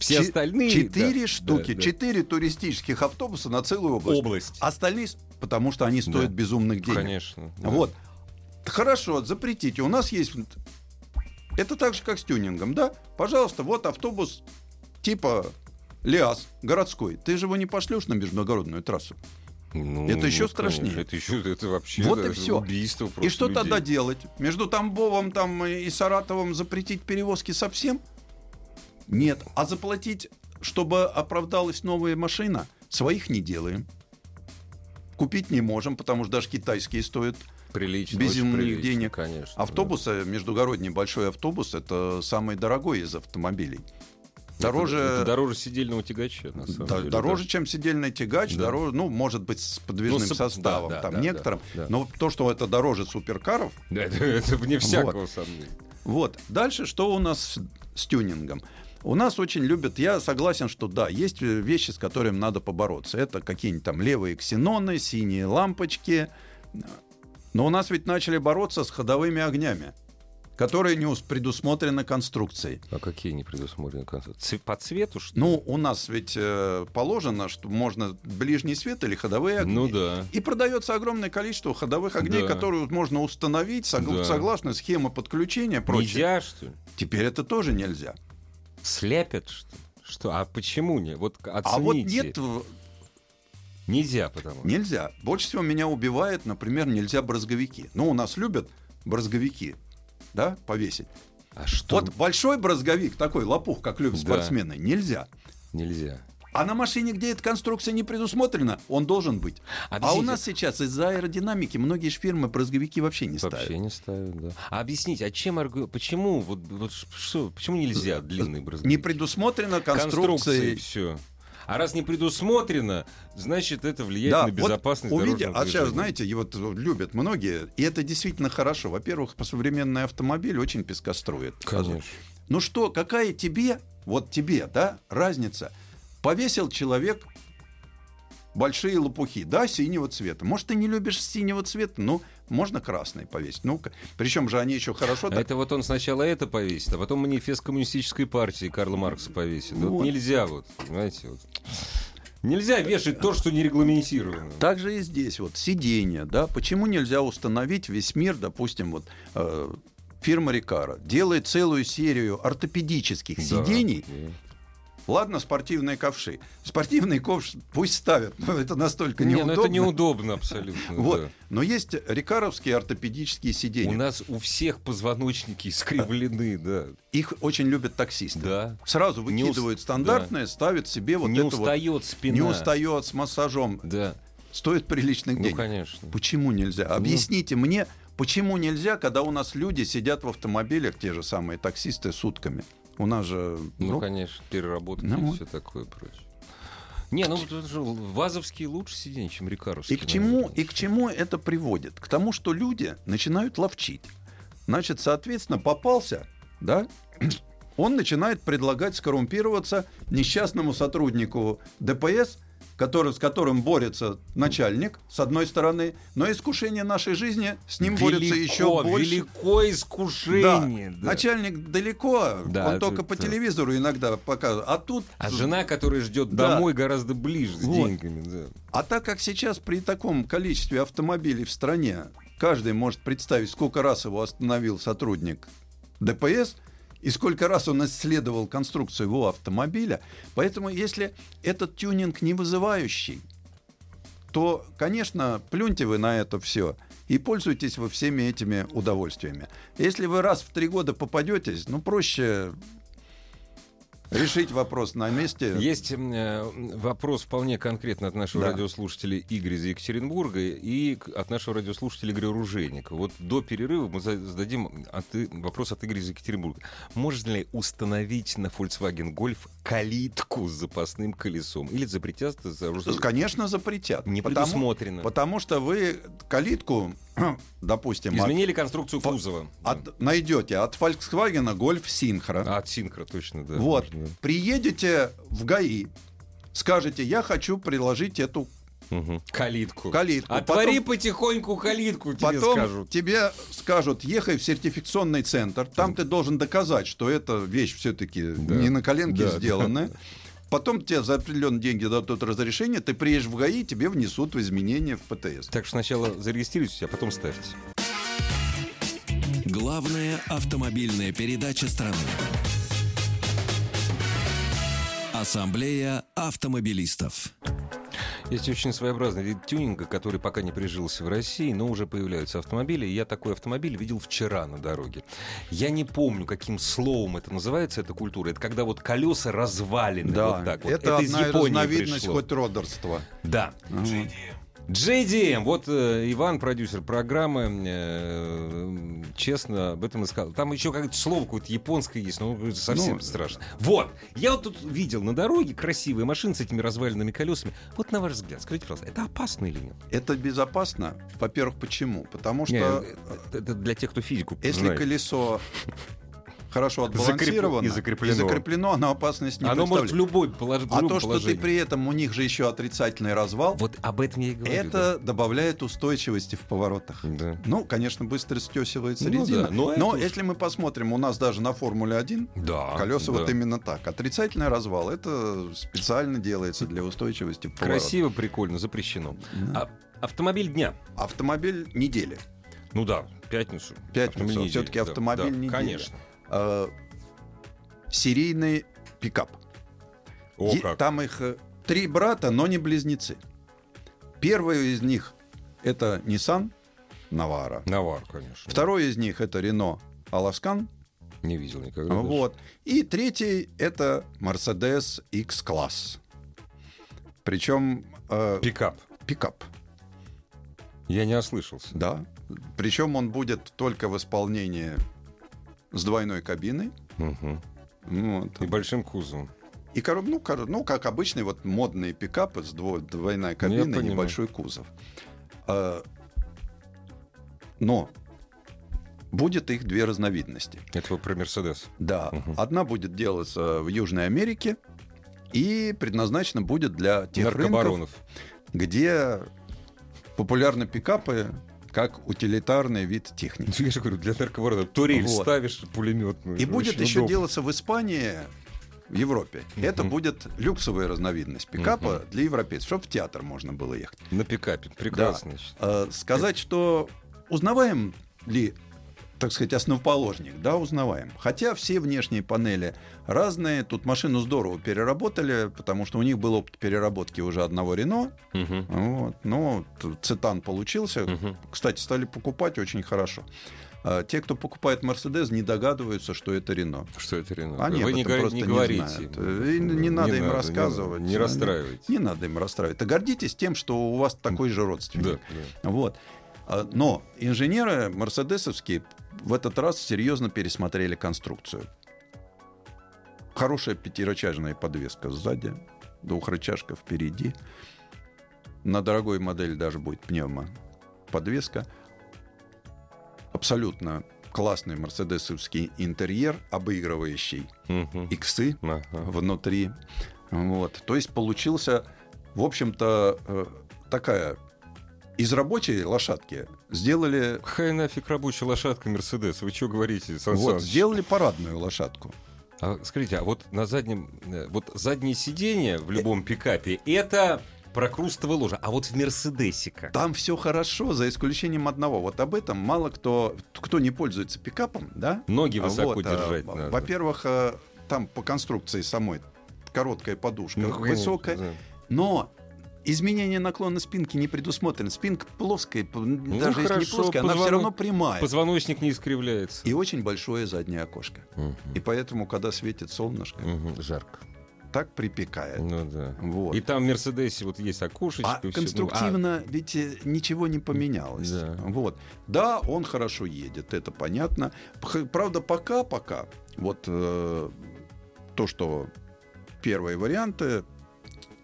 Speaker 1: Все
Speaker 2: Че-
Speaker 1: остальные...
Speaker 2: Четыре
Speaker 1: да,
Speaker 2: штуки,
Speaker 1: да, да.
Speaker 2: четыре туристических автобуса на целую область.
Speaker 1: Область.
Speaker 2: Остальные, с- потому что они стоят
Speaker 1: Да.
Speaker 2: безумных денег.
Speaker 1: Конечно. да.
Speaker 2: Вот. Хорошо, запретите. У нас есть... вот- Это так же, как с тюнингом, да? Пожалуйста, вот автобус типа Лиас, городской. Ты же его не пошлешь на междугородную трассу.
Speaker 1: Ну,
Speaker 2: Это
Speaker 1: ну, конечно,
Speaker 2: ещё страшнее.
Speaker 1: Это еще это вообще
Speaker 2: Вот
Speaker 1: да,
Speaker 2: и всё.
Speaker 1: убийство
Speaker 2: И
Speaker 1: просто
Speaker 2: что
Speaker 1: людей.
Speaker 2: тогда делать? Между Тамбовом там и Саратовым запретить перевозки совсем? Нет. А заплатить чтобы оправдалась новая машина, своих не делаем. Купить не можем, потому что даже китайские стоят.
Speaker 1: Прилично.
Speaker 2: Без
Speaker 1: очень
Speaker 2: земных
Speaker 1: прилично,
Speaker 2: денег.
Speaker 1: Конечно.
Speaker 2: Автобусы, э, междугородний большой автобус, это самый дорогой из автомобилей.
Speaker 1: Это-
Speaker 2: Дороже,
Speaker 1: это дороже сидельного тягача, на самом
Speaker 2: да,
Speaker 1: деле.
Speaker 2: дороже,
Speaker 1: да.
Speaker 2: чем сидельный тягач,
Speaker 1: Да.
Speaker 2: дороже, ну, может быть, с подвижным
Speaker 1: Ну, с-
Speaker 2: составом,
Speaker 1: да, да,
Speaker 2: там,
Speaker 1: да,
Speaker 2: некоторым.
Speaker 1: да, да.
Speaker 2: Но то, что это дороже суперкаров,
Speaker 1: Да, это, это вне всякого сомнения.
Speaker 2: Вот. Дальше что у нас с, с тюнингом? У нас очень любят, я согласен, что да, есть э, вещи, с которыми надо побороться. Это какие-нибудь там левые ксеноны, синие лампочки. Но у нас ведь начали бороться с ходовыми огнями, которые не ус- предусмотрены конструкцией.
Speaker 1: А какие не предусмотрены концерты? По цвету, что ли?
Speaker 2: Ну, у нас ведь э, положено, что можно ближний свет или ходовые огни.
Speaker 1: Ну да.
Speaker 2: И продается огромное количество ходовых огней,
Speaker 1: Да.
Speaker 2: которые можно установить согла-
Speaker 1: Да.
Speaker 2: согласно схеме подключения и прочее.
Speaker 1: Нельзя, что ли?
Speaker 2: Теперь это тоже нельзя.
Speaker 1: Слепят, что ли? Что? А почему не? Вот к- оцените.
Speaker 2: А вот нет, в-
Speaker 1: Нельзя, потому.
Speaker 2: нельзя. Больше всего меня убивает, например, нельзя брызговики. Ну, у нас любят брызговики, да, повесить.
Speaker 1: А что
Speaker 2: Вот большой брызговик, такой лопух, как любят
Speaker 1: Да.
Speaker 2: спортсмены, нельзя.
Speaker 1: нельзя?
Speaker 2: А на машине, где эта конструкция не предусмотрена, он должен быть. А у
Speaker 1: Объясните.
Speaker 2: нас сейчас из-за аэродинамики многие же фирмы брызговики вообще не
Speaker 1: Вообще
Speaker 2: ставят.
Speaker 1: не ставят, да. А объясните, а чем аргу... почему вот, вот ш- что, почему нельзя длинный брызг?
Speaker 2: Не предусмотрена конструкция.
Speaker 1: все. А раз не предусмотрено, значит это влияет на безопасность
Speaker 2: вот увидя-
Speaker 1: дорожного
Speaker 2: а сейчас,
Speaker 1: движения.
Speaker 2: знаете, и вот любят многие, и это действительно хорошо. Во-первых, по современный автомобиль очень пескострует.
Speaker 1: Конечно.
Speaker 2: Ну что, какая тебе, вот тебе, да, разница? Повесил человек большие лопухи, да, синего цвета. Может, ты не любишь синего цвета, но можно красный повесить. Ну, причем же они еще хорошо
Speaker 1: А
Speaker 2: так
Speaker 1: Это вот он сначала это повесит, а потом манифест коммунистической партии Карла Маркса повесит. Вот,
Speaker 2: Вот.
Speaker 1: нельзя вот, понимаете, вот. Нельзя вешать то, что не регламентировано.
Speaker 2: Также и здесь вот сиденье, да. Почему нельзя установить весь мир, допустим, вот э, фирма Рикара делает целую серию ортопедических
Speaker 1: Да,
Speaker 2: сидений.
Speaker 1: да.
Speaker 2: Ладно, спортивные ковши. Спортивный ковш пусть ставят, но это настолько
Speaker 1: Не, ну
Speaker 2: неудобно.
Speaker 1: это неудобно абсолютно.
Speaker 2: Вот.
Speaker 1: Ну да.
Speaker 2: Но есть рикаровские ортопедические
Speaker 1: У
Speaker 2: сиденья.
Speaker 1: нас у всех позвоночники искривлены, да.
Speaker 2: Их очень любят таксисты.
Speaker 1: Да.
Speaker 2: Сразу
Speaker 1: Не уст-
Speaker 2: выкидывают стандартные, ставят себе вот
Speaker 1: не
Speaker 2: это
Speaker 1: устает
Speaker 2: вот.
Speaker 1: спина.
Speaker 2: Не устает с массажом.
Speaker 1: Да.
Speaker 2: Стоит приличных
Speaker 1: Ну,
Speaker 2: денег.
Speaker 1: конечно. Ну.
Speaker 2: Почему нельзя? Объясните мне, почему нельзя, когда у нас люди сидят в автомобилях, те же самые таксисты, сутками? У нас же...
Speaker 1: Ну,
Speaker 2: ну,
Speaker 1: конечно, переработки
Speaker 2: ну
Speaker 1: и
Speaker 2: вот.
Speaker 1: все такое прочее. Не, ну тут же вазовские лучше сиденья, чем рикаровские.
Speaker 2: и, к чему,
Speaker 1: наверное.
Speaker 2: и к чему это приводит? К тому, что люди начинают ловчить. Значит, соответственно, попался, да, он начинает предлагать скоррумпироваться несчастному сотруднику ДПС, который, с которым борется начальник, с одной стороны, но искушение нашей жизни с ним борется еще
Speaker 1: Велико,
Speaker 2: больше.
Speaker 1: Великое искушение.
Speaker 2: Да.
Speaker 1: да.
Speaker 2: Начальник далеко,
Speaker 1: Да,
Speaker 2: он
Speaker 1: это-
Speaker 2: только по
Speaker 1: это-
Speaker 2: телевизору иногда показывает. А тут.
Speaker 1: А жена, которая ждет
Speaker 2: Да.
Speaker 1: домой, гораздо ближе с
Speaker 2: Вот.
Speaker 1: деньгами. Да.
Speaker 2: А так как сейчас при таком количестве автомобилей в стране, каждый может представить, сколько раз его остановил сотрудник ДПС и сколько раз он исследовал конструкцию его автомобиля. Поэтому, если этот тюнинг не вызывающий, то, конечно, плюньте вы на это все и пользуйтесь вы всеми этими удовольствиями. Если вы раз в три года попадетесь, ну, проще решить вопрос на месте.
Speaker 1: Есть м, э, вопрос вполне конкретно от нашего
Speaker 2: Да.
Speaker 1: радиослушателя Игоря из Екатеринбурга и к- от нашего радиослушателя Игоря Ружейника. Вот до перерыва мы за- зададим от И- вопрос от Игоря из Екатеринбурга. Можно ли установить на Volkswagen Golf калитку с запасным колесом или запретят это за
Speaker 2: Конечно, запретят.
Speaker 1: не
Speaker 2: Потому-
Speaker 1: предусмотрено?
Speaker 2: Потому что вы калитку, допустим, от-
Speaker 1: Изменили конструкцию кузова.
Speaker 2: от,
Speaker 1: Да.
Speaker 2: найдете от Volkswagen Golf Synchro.
Speaker 1: А, от синкро, точно, да.
Speaker 2: вот.
Speaker 1: можно,
Speaker 2: Приедете в ГАИ, скажете, я хочу приложить эту
Speaker 1: да. Мгм. Калитку.
Speaker 2: калитку.
Speaker 1: Отвори потихоньку калитку, тебе
Speaker 2: Потом, потом
Speaker 1: скажут.
Speaker 2: тебе скажут, ехай в сертификационный центр, там ты должен доказать, что эта вещь все-таки
Speaker 1: Да.
Speaker 2: не на коленке
Speaker 1: Да, да.
Speaker 2: сделанная. Потом тебе за определенные деньги дадут разрешение, ты приедешь в ГАИ, тебе внесут изменения в ПТС.
Speaker 1: Так что сначала зарегистрируйтесь, а потом ставьте.
Speaker 3: Главная автомобильная передача страны. Ассамблея автомобилистов.
Speaker 1: Есть очень своеобразный вид тюнинга, который пока не прижился в России, но уже появляются автомобили. И я такой автомобиль видел вчера на дороге. Я не помню, каким словом это называется, эта культура. Это когда вот колеса развалены
Speaker 2: Да,
Speaker 1: вот так вот.
Speaker 2: это,
Speaker 1: из
Speaker 2: одна
Speaker 1: Японии
Speaker 2: разновидность
Speaker 1: пришло.
Speaker 2: хоть родорства.
Speaker 1: Да. JDM. Вот э, Иван, продюсер программы, э, честно об этом и сказал. Там еще какое-то слово какое-то японское есть, но это совсем
Speaker 2: Ну,
Speaker 1: страшно. Вот. Я вот тут видел на дороге красивые машины с этими разваленными колесами. Вот на ваш взгляд, скажите, пожалуйста, это опасно или нет?
Speaker 2: Это безопасно, во-первых, почему? Потому
Speaker 1: Не, э,
Speaker 2: что
Speaker 1: это- это для тех, кто физику
Speaker 2: а если
Speaker 1: знает.
Speaker 2: колесо хорошо
Speaker 1: Закреп-
Speaker 2: отбалансировано
Speaker 1: и закреплено.
Speaker 2: и оно опасность не
Speaker 1: Оно может в
Speaker 2: представляет.
Speaker 1: любой полож- в
Speaker 2: А
Speaker 1: любом
Speaker 2: то, что ты
Speaker 1: положении.
Speaker 2: при этом у них же еще отрицательный развал,
Speaker 1: Вот об этом я и говорю.
Speaker 2: это добавляет устойчивости в поворотах.
Speaker 1: да. Да.
Speaker 2: Ну, конечно, быстро стесивается
Speaker 1: Ну
Speaker 2: резина.
Speaker 1: да, но это
Speaker 2: но
Speaker 1: уж-
Speaker 2: если мы посмотрим, у нас даже на Формуле 1
Speaker 1: Да,
Speaker 2: колеса
Speaker 1: да.
Speaker 2: вот именно так. Отрицательный развал это специально делается для устойчивости в поворотах.
Speaker 1: Красиво, прикольно, запрещено.
Speaker 2: Да.
Speaker 1: А- автомобиль дня.
Speaker 2: Автомобиль недели.
Speaker 1: Ну да, пятницу.
Speaker 2: Пятницу.
Speaker 1: Автомобиль
Speaker 2: Всё-таки
Speaker 1: недели. Да,
Speaker 2: автомобиль
Speaker 1: да,
Speaker 2: недели.
Speaker 1: Конечно.
Speaker 2: Э, серийный пикап.
Speaker 1: О,
Speaker 2: Е-
Speaker 1: как.
Speaker 2: Там их э, три брата, но не близнецы. Первый из них это Nissan Навара.
Speaker 1: Навар, конечно.
Speaker 2: Второй из них это Рено Аласкан.
Speaker 1: Не видел никогда. даже.
Speaker 2: Вот. И третий это Mercedes X-класс. Причем э,
Speaker 1: Пикап.
Speaker 2: пикап.
Speaker 1: Я не ослышался.
Speaker 2: Да. Причем он будет только в исполнении с двойной кабиной. Ну,
Speaker 1: Мгм.
Speaker 2: Вот.
Speaker 1: И большим кузовом.
Speaker 2: И короб, ну, кор- ну, как обычный, вот модные пикапы с дво- двойная кабина и
Speaker 1: Ну, понимаю.
Speaker 2: небольшой кузов. А, но будет их две разновидности.
Speaker 1: Это вы про Мерседес.
Speaker 2: Да,
Speaker 1: Мгм.
Speaker 2: одна будет делаться в Южной Америке и предназначена будет для тех рынков,
Speaker 1: Наркобаронов.
Speaker 2: где популярны пикапы как утилитарный вид техники.
Speaker 1: Я же говорю, для наркобаронов. Турель
Speaker 2: Вот.
Speaker 1: ставишь, пулеметную.
Speaker 2: И будет
Speaker 1: Очень
Speaker 2: еще
Speaker 1: удобно.
Speaker 2: делаться в Испании, в Европе. Это
Speaker 1: Мгм.
Speaker 2: будет люксовая разновидность пикапа для европейцев, чтобы в театр можно было ехать.
Speaker 1: На пикапе. Прекрасно. значит.
Speaker 2: Э, Сказать, что узнаваем ли, так сказать, основоположник, да, узнаваем. Хотя все внешние панели разные. Тут машину здорово переработали, потому что у них был опыт переработки уже одного Рено.
Speaker 1: Мгм.
Speaker 2: Вот. Но т- цитан получился.
Speaker 1: Мгм.
Speaker 2: Кстати, стали покупать очень хорошо. А Те, кто покупает Мерседес, не догадываются, что это Рено.
Speaker 1: Что это, Рено?
Speaker 2: Они об
Speaker 1: Вы
Speaker 2: этом
Speaker 1: не, говори-
Speaker 2: просто
Speaker 1: не
Speaker 2: не
Speaker 1: говорите.
Speaker 2: знают. Э, И не надо им рассказывать.
Speaker 1: Не, расстраивайте.
Speaker 2: Не надо им расстраивать. Да гордитесь тем, что у вас такой же родственник.
Speaker 1: Да, да.
Speaker 2: Вот. А, Но инженеры мерседесовские в этот раз серьезно пересмотрели конструкцию. Хорошая пятирычажная подвеска сзади, двухрычажка впереди. На дорогой модели даже будет пневмо подвеска. Абсолютно классный мерседесовский интерьер, обыгрывающий
Speaker 1: Мгм.
Speaker 2: иксы
Speaker 1: Ага.
Speaker 2: внутри. Вот. То есть получился, в общем-то, э, такая... Из рабочей лошадки сделали...
Speaker 1: Какая нафиг рабочая лошадка Мерседес? Вы что говорите, Сан
Speaker 2: Вот,
Speaker 1: Саныч?
Speaker 2: сделали парадную лошадку.
Speaker 1: А, скажите, а вот на заднем... э, Вот заднее сиденье в любом пикапе — это прокрустово ложа. А вот в Мерседесе как?
Speaker 2: Там все хорошо, за исключением одного. Вот об этом мало кто, кто не пользуется пикапом, да?
Speaker 1: Ноги высоко
Speaker 2: Вот, а,
Speaker 1: держать
Speaker 2: во-
Speaker 1: надо.
Speaker 2: Во-первых, э, там по конструкции самой короткая подушка,
Speaker 1: Ну, конечно,
Speaker 2: высокая.
Speaker 1: да.
Speaker 2: Но изменение наклона спинки не предусмотрено. Спинка плоская, п- даже если
Speaker 1: Ну, хорошо,
Speaker 2: не плоская, она
Speaker 1: позвонок-
Speaker 2: все равно прямая.
Speaker 1: Позвоночник не искривляется.
Speaker 2: А И очень большое заднее окошко.
Speaker 1: Мгм.
Speaker 2: И поэтому, когда светит солнышко,
Speaker 1: Мгм. Жарко.
Speaker 2: так припекает.
Speaker 1: Ну да.
Speaker 2: Э, Вот.
Speaker 1: И там в Мерседесе вот есть окошечко. и
Speaker 2: А
Speaker 1: всё. Ну, а
Speaker 2: конструктивно ведь э, ничего не поменялось.
Speaker 1: Да.
Speaker 2: Вот. да, он хорошо едет, это понятно. Х- Правда, пока-пока, вот э, то, что первые варианты,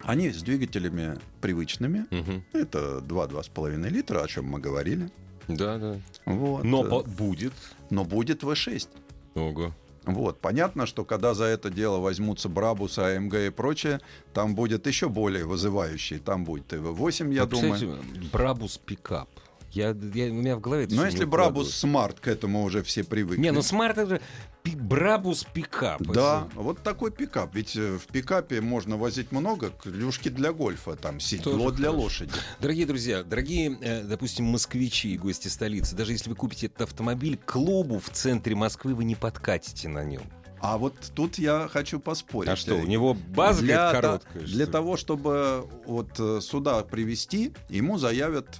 Speaker 2: они с двигателями привычными.
Speaker 1: А, Мгм.
Speaker 2: Это 2-2,5 литра, о чем мы говорили.
Speaker 1: Да, да.
Speaker 2: Вот.
Speaker 1: Но
Speaker 2: Э,
Speaker 1: по- будет.
Speaker 2: Но будет V6.
Speaker 1: Ого.
Speaker 2: Вот, понятно, что когда за это дело возьмутся Брабус, АМГ и прочее, там будет еще более вызывающий. Там будет ТВ-8, я
Speaker 1: Вы представляете,
Speaker 2: думаю.
Speaker 1: Брабус пикап. Я, я- у меня в голове это всё
Speaker 2: Но Ну, если
Speaker 1: не
Speaker 2: Брабус
Speaker 1: укладывается.
Speaker 2: Смарт, к этому уже все привыкли.
Speaker 1: Не, ну смарт это же пи- Брабус пикап.
Speaker 2: Да, вот такой пикап. Ведь э, в пикапе можно возить много, клюшки для гольфа, там седло
Speaker 1: Тоже
Speaker 2: для
Speaker 1: хорошо.
Speaker 2: лошади.
Speaker 1: Дорогие друзья, дорогие, э, допустим, москвичи и гости столицы, даже если вы купите этот автомобиль, клубу в центре Москвы вы не подкатите на нем.
Speaker 2: А вот тут я хочу поспорить. э,
Speaker 1: А что, у него база
Speaker 2: для,
Speaker 1: какая-то
Speaker 2: та-
Speaker 1: короткая?
Speaker 2: для
Speaker 1: что ли?
Speaker 2: того, чтобы вот э, сюда привести, ему заявят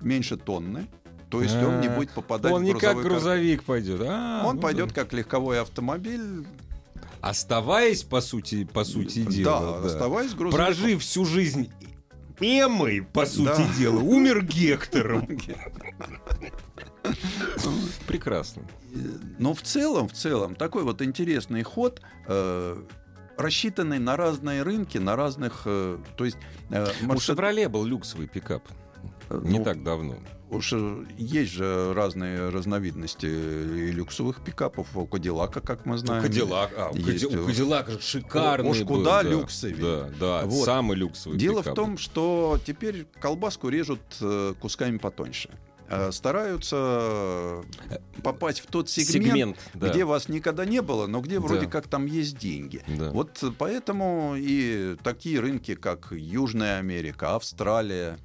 Speaker 2: меньше тонны, то есть он не
Speaker 1: А,
Speaker 2: будет попадать
Speaker 1: Он
Speaker 2: в
Speaker 1: не
Speaker 2: грузовой
Speaker 1: как
Speaker 2: кар-
Speaker 1: грузовик пойдет. А,
Speaker 2: Он
Speaker 1: ну
Speaker 2: пойдет
Speaker 1: да.
Speaker 2: как легковой автомобиль.
Speaker 1: Оставаясь, по сути, по сути дела.
Speaker 2: да, оставаясь грузовиком.
Speaker 1: Прожив всю жизнь эмой, по сути
Speaker 2: Да.
Speaker 1: дела, умер Гектором. Прекрасно.
Speaker 2: Но в целом, в целом, такой вот интересный ход, э, рассчитанный на разные рынки, на разных, э, то есть... э,
Speaker 1: У
Speaker 2: маршрут-
Speaker 1: «Шевроле» был люксовый пикап.
Speaker 2: э,
Speaker 1: Не
Speaker 2: ну,
Speaker 1: так давно.
Speaker 2: Уж э, есть же разные разновидности и люксовых пикапов, у Кадиллака, как мы знаем.
Speaker 1: Кадиллак, а, у
Speaker 2: Ну, Есть,
Speaker 1: Кади- у
Speaker 2: э,
Speaker 1: Кадиллака же шикарный
Speaker 2: уж
Speaker 1: был,
Speaker 2: куда
Speaker 1: да.
Speaker 2: люксовее.
Speaker 1: Да, да,
Speaker 2: Вот.
Speaker 1: самый люксовый
Speaker 2: Дело в
Speaker 1: пикап.
Speaker 2: том, что теперь колбаску режут э, кусками потоньше. Э, Стараются э, попасть в тот сегмент,
Speaker 1: да.
Speaker 2: где вас никогда не было, но где вроде
Speaker 1: Да.
Speaker 2: как там есть деньги.
Speaker 1: Да.
Speaker 2: Вот э, поэтому и такие рынки, как Южная Америка, Австралия,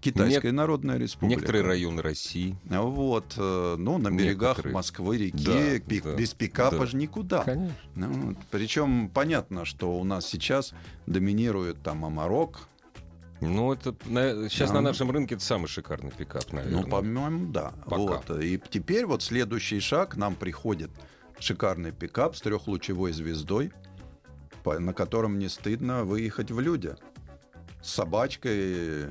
Speaker 2: Китайская Народная Республика.
Speaker 1: Некоторые районы России.
Speaker 2: Вот, э, ну, на берегах
Speaker 1: Некоторые.
Speaker 2: Москвы, реки,
Speaker 1: Да,
Speaker 2: пик-
Speaker 1: да,
Speaker 2: без пикапа
Speaker 1: да.
Speaker 2: же никуда. Ну,
Speaker 1: Конечно.
Speaker 2: причем понятно, что у нас сейчас доминирует там Амарок.
Speaker 1: Ну, это сейчас
Speaker 2: Да.
Speaker 1: на нашем рынке это самый шикарный пикап, наверное.
Speaker 2: Ну, по-моему, да.
Speaker 1: Пока.
Speaker 2: Вот. И теперь вот следующий шаг, к нам приходит шикарный пикап с трехлучевой звездой, по- на котором не стыдно выехать в люди. С собачкой.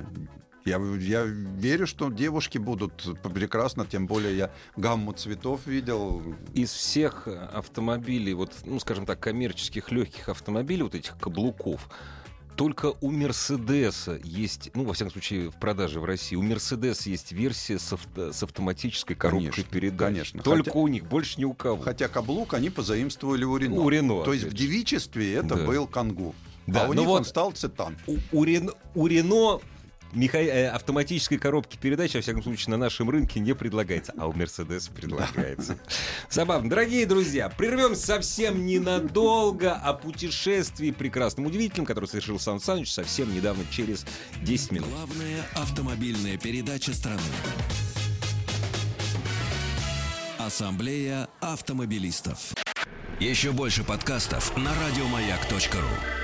Speaker 2: Я, я верю, что девушки будут прекрасно, тем более я гамму цветов видел.
Speaker 1: Из всех э, автомобилей, вот, ну, скажем так, коммерческих легких автомобилей, вот этих каблуков, только у Мерседеса есть, ну, во всяком случае, в продаже в России, у Мерседеса есть версия с, авто- с автоматической коробкой
Speaker 2: Конечно,
Speaker 1: передач.
Speaker 2: конечно.
Speaker 1: Только
Speaker 2: Хотя-
Speaker 1: у них, больше ни у кого.
Speaker 2: Хотя каблук они позаимствовали у Рено.
Speaker 1: У Рено,
Speaker 2: То есть в
Speaker 1: опять же.
Speaker 2: девичестве это
Speaker 1: Да.
Speaker 2: был конгу.
Speaker 1: Да,
Speaker 2: а у
Speaker 1: ну
Speaker 2: них
Speaker 1: вот-
Speaker 2: он стал цитан.
Speaker 1: у, у Рен- у Рено меха- э, автоматической коробки передач, во всяком случае, на нашем рынке не предлагается, а у Мерседес предлагается. Забавно. Дорогие друзья, прервемся совсем ненадолго о путешествии прекрасным, удивительным, которое совершил Сан Саныч совсем недавно, через 10 минут.
Speaker 3: Главная автомобильная передача страны. Ассамблея автомобилистов. Еще больше подкастов на радиомаяк.ру.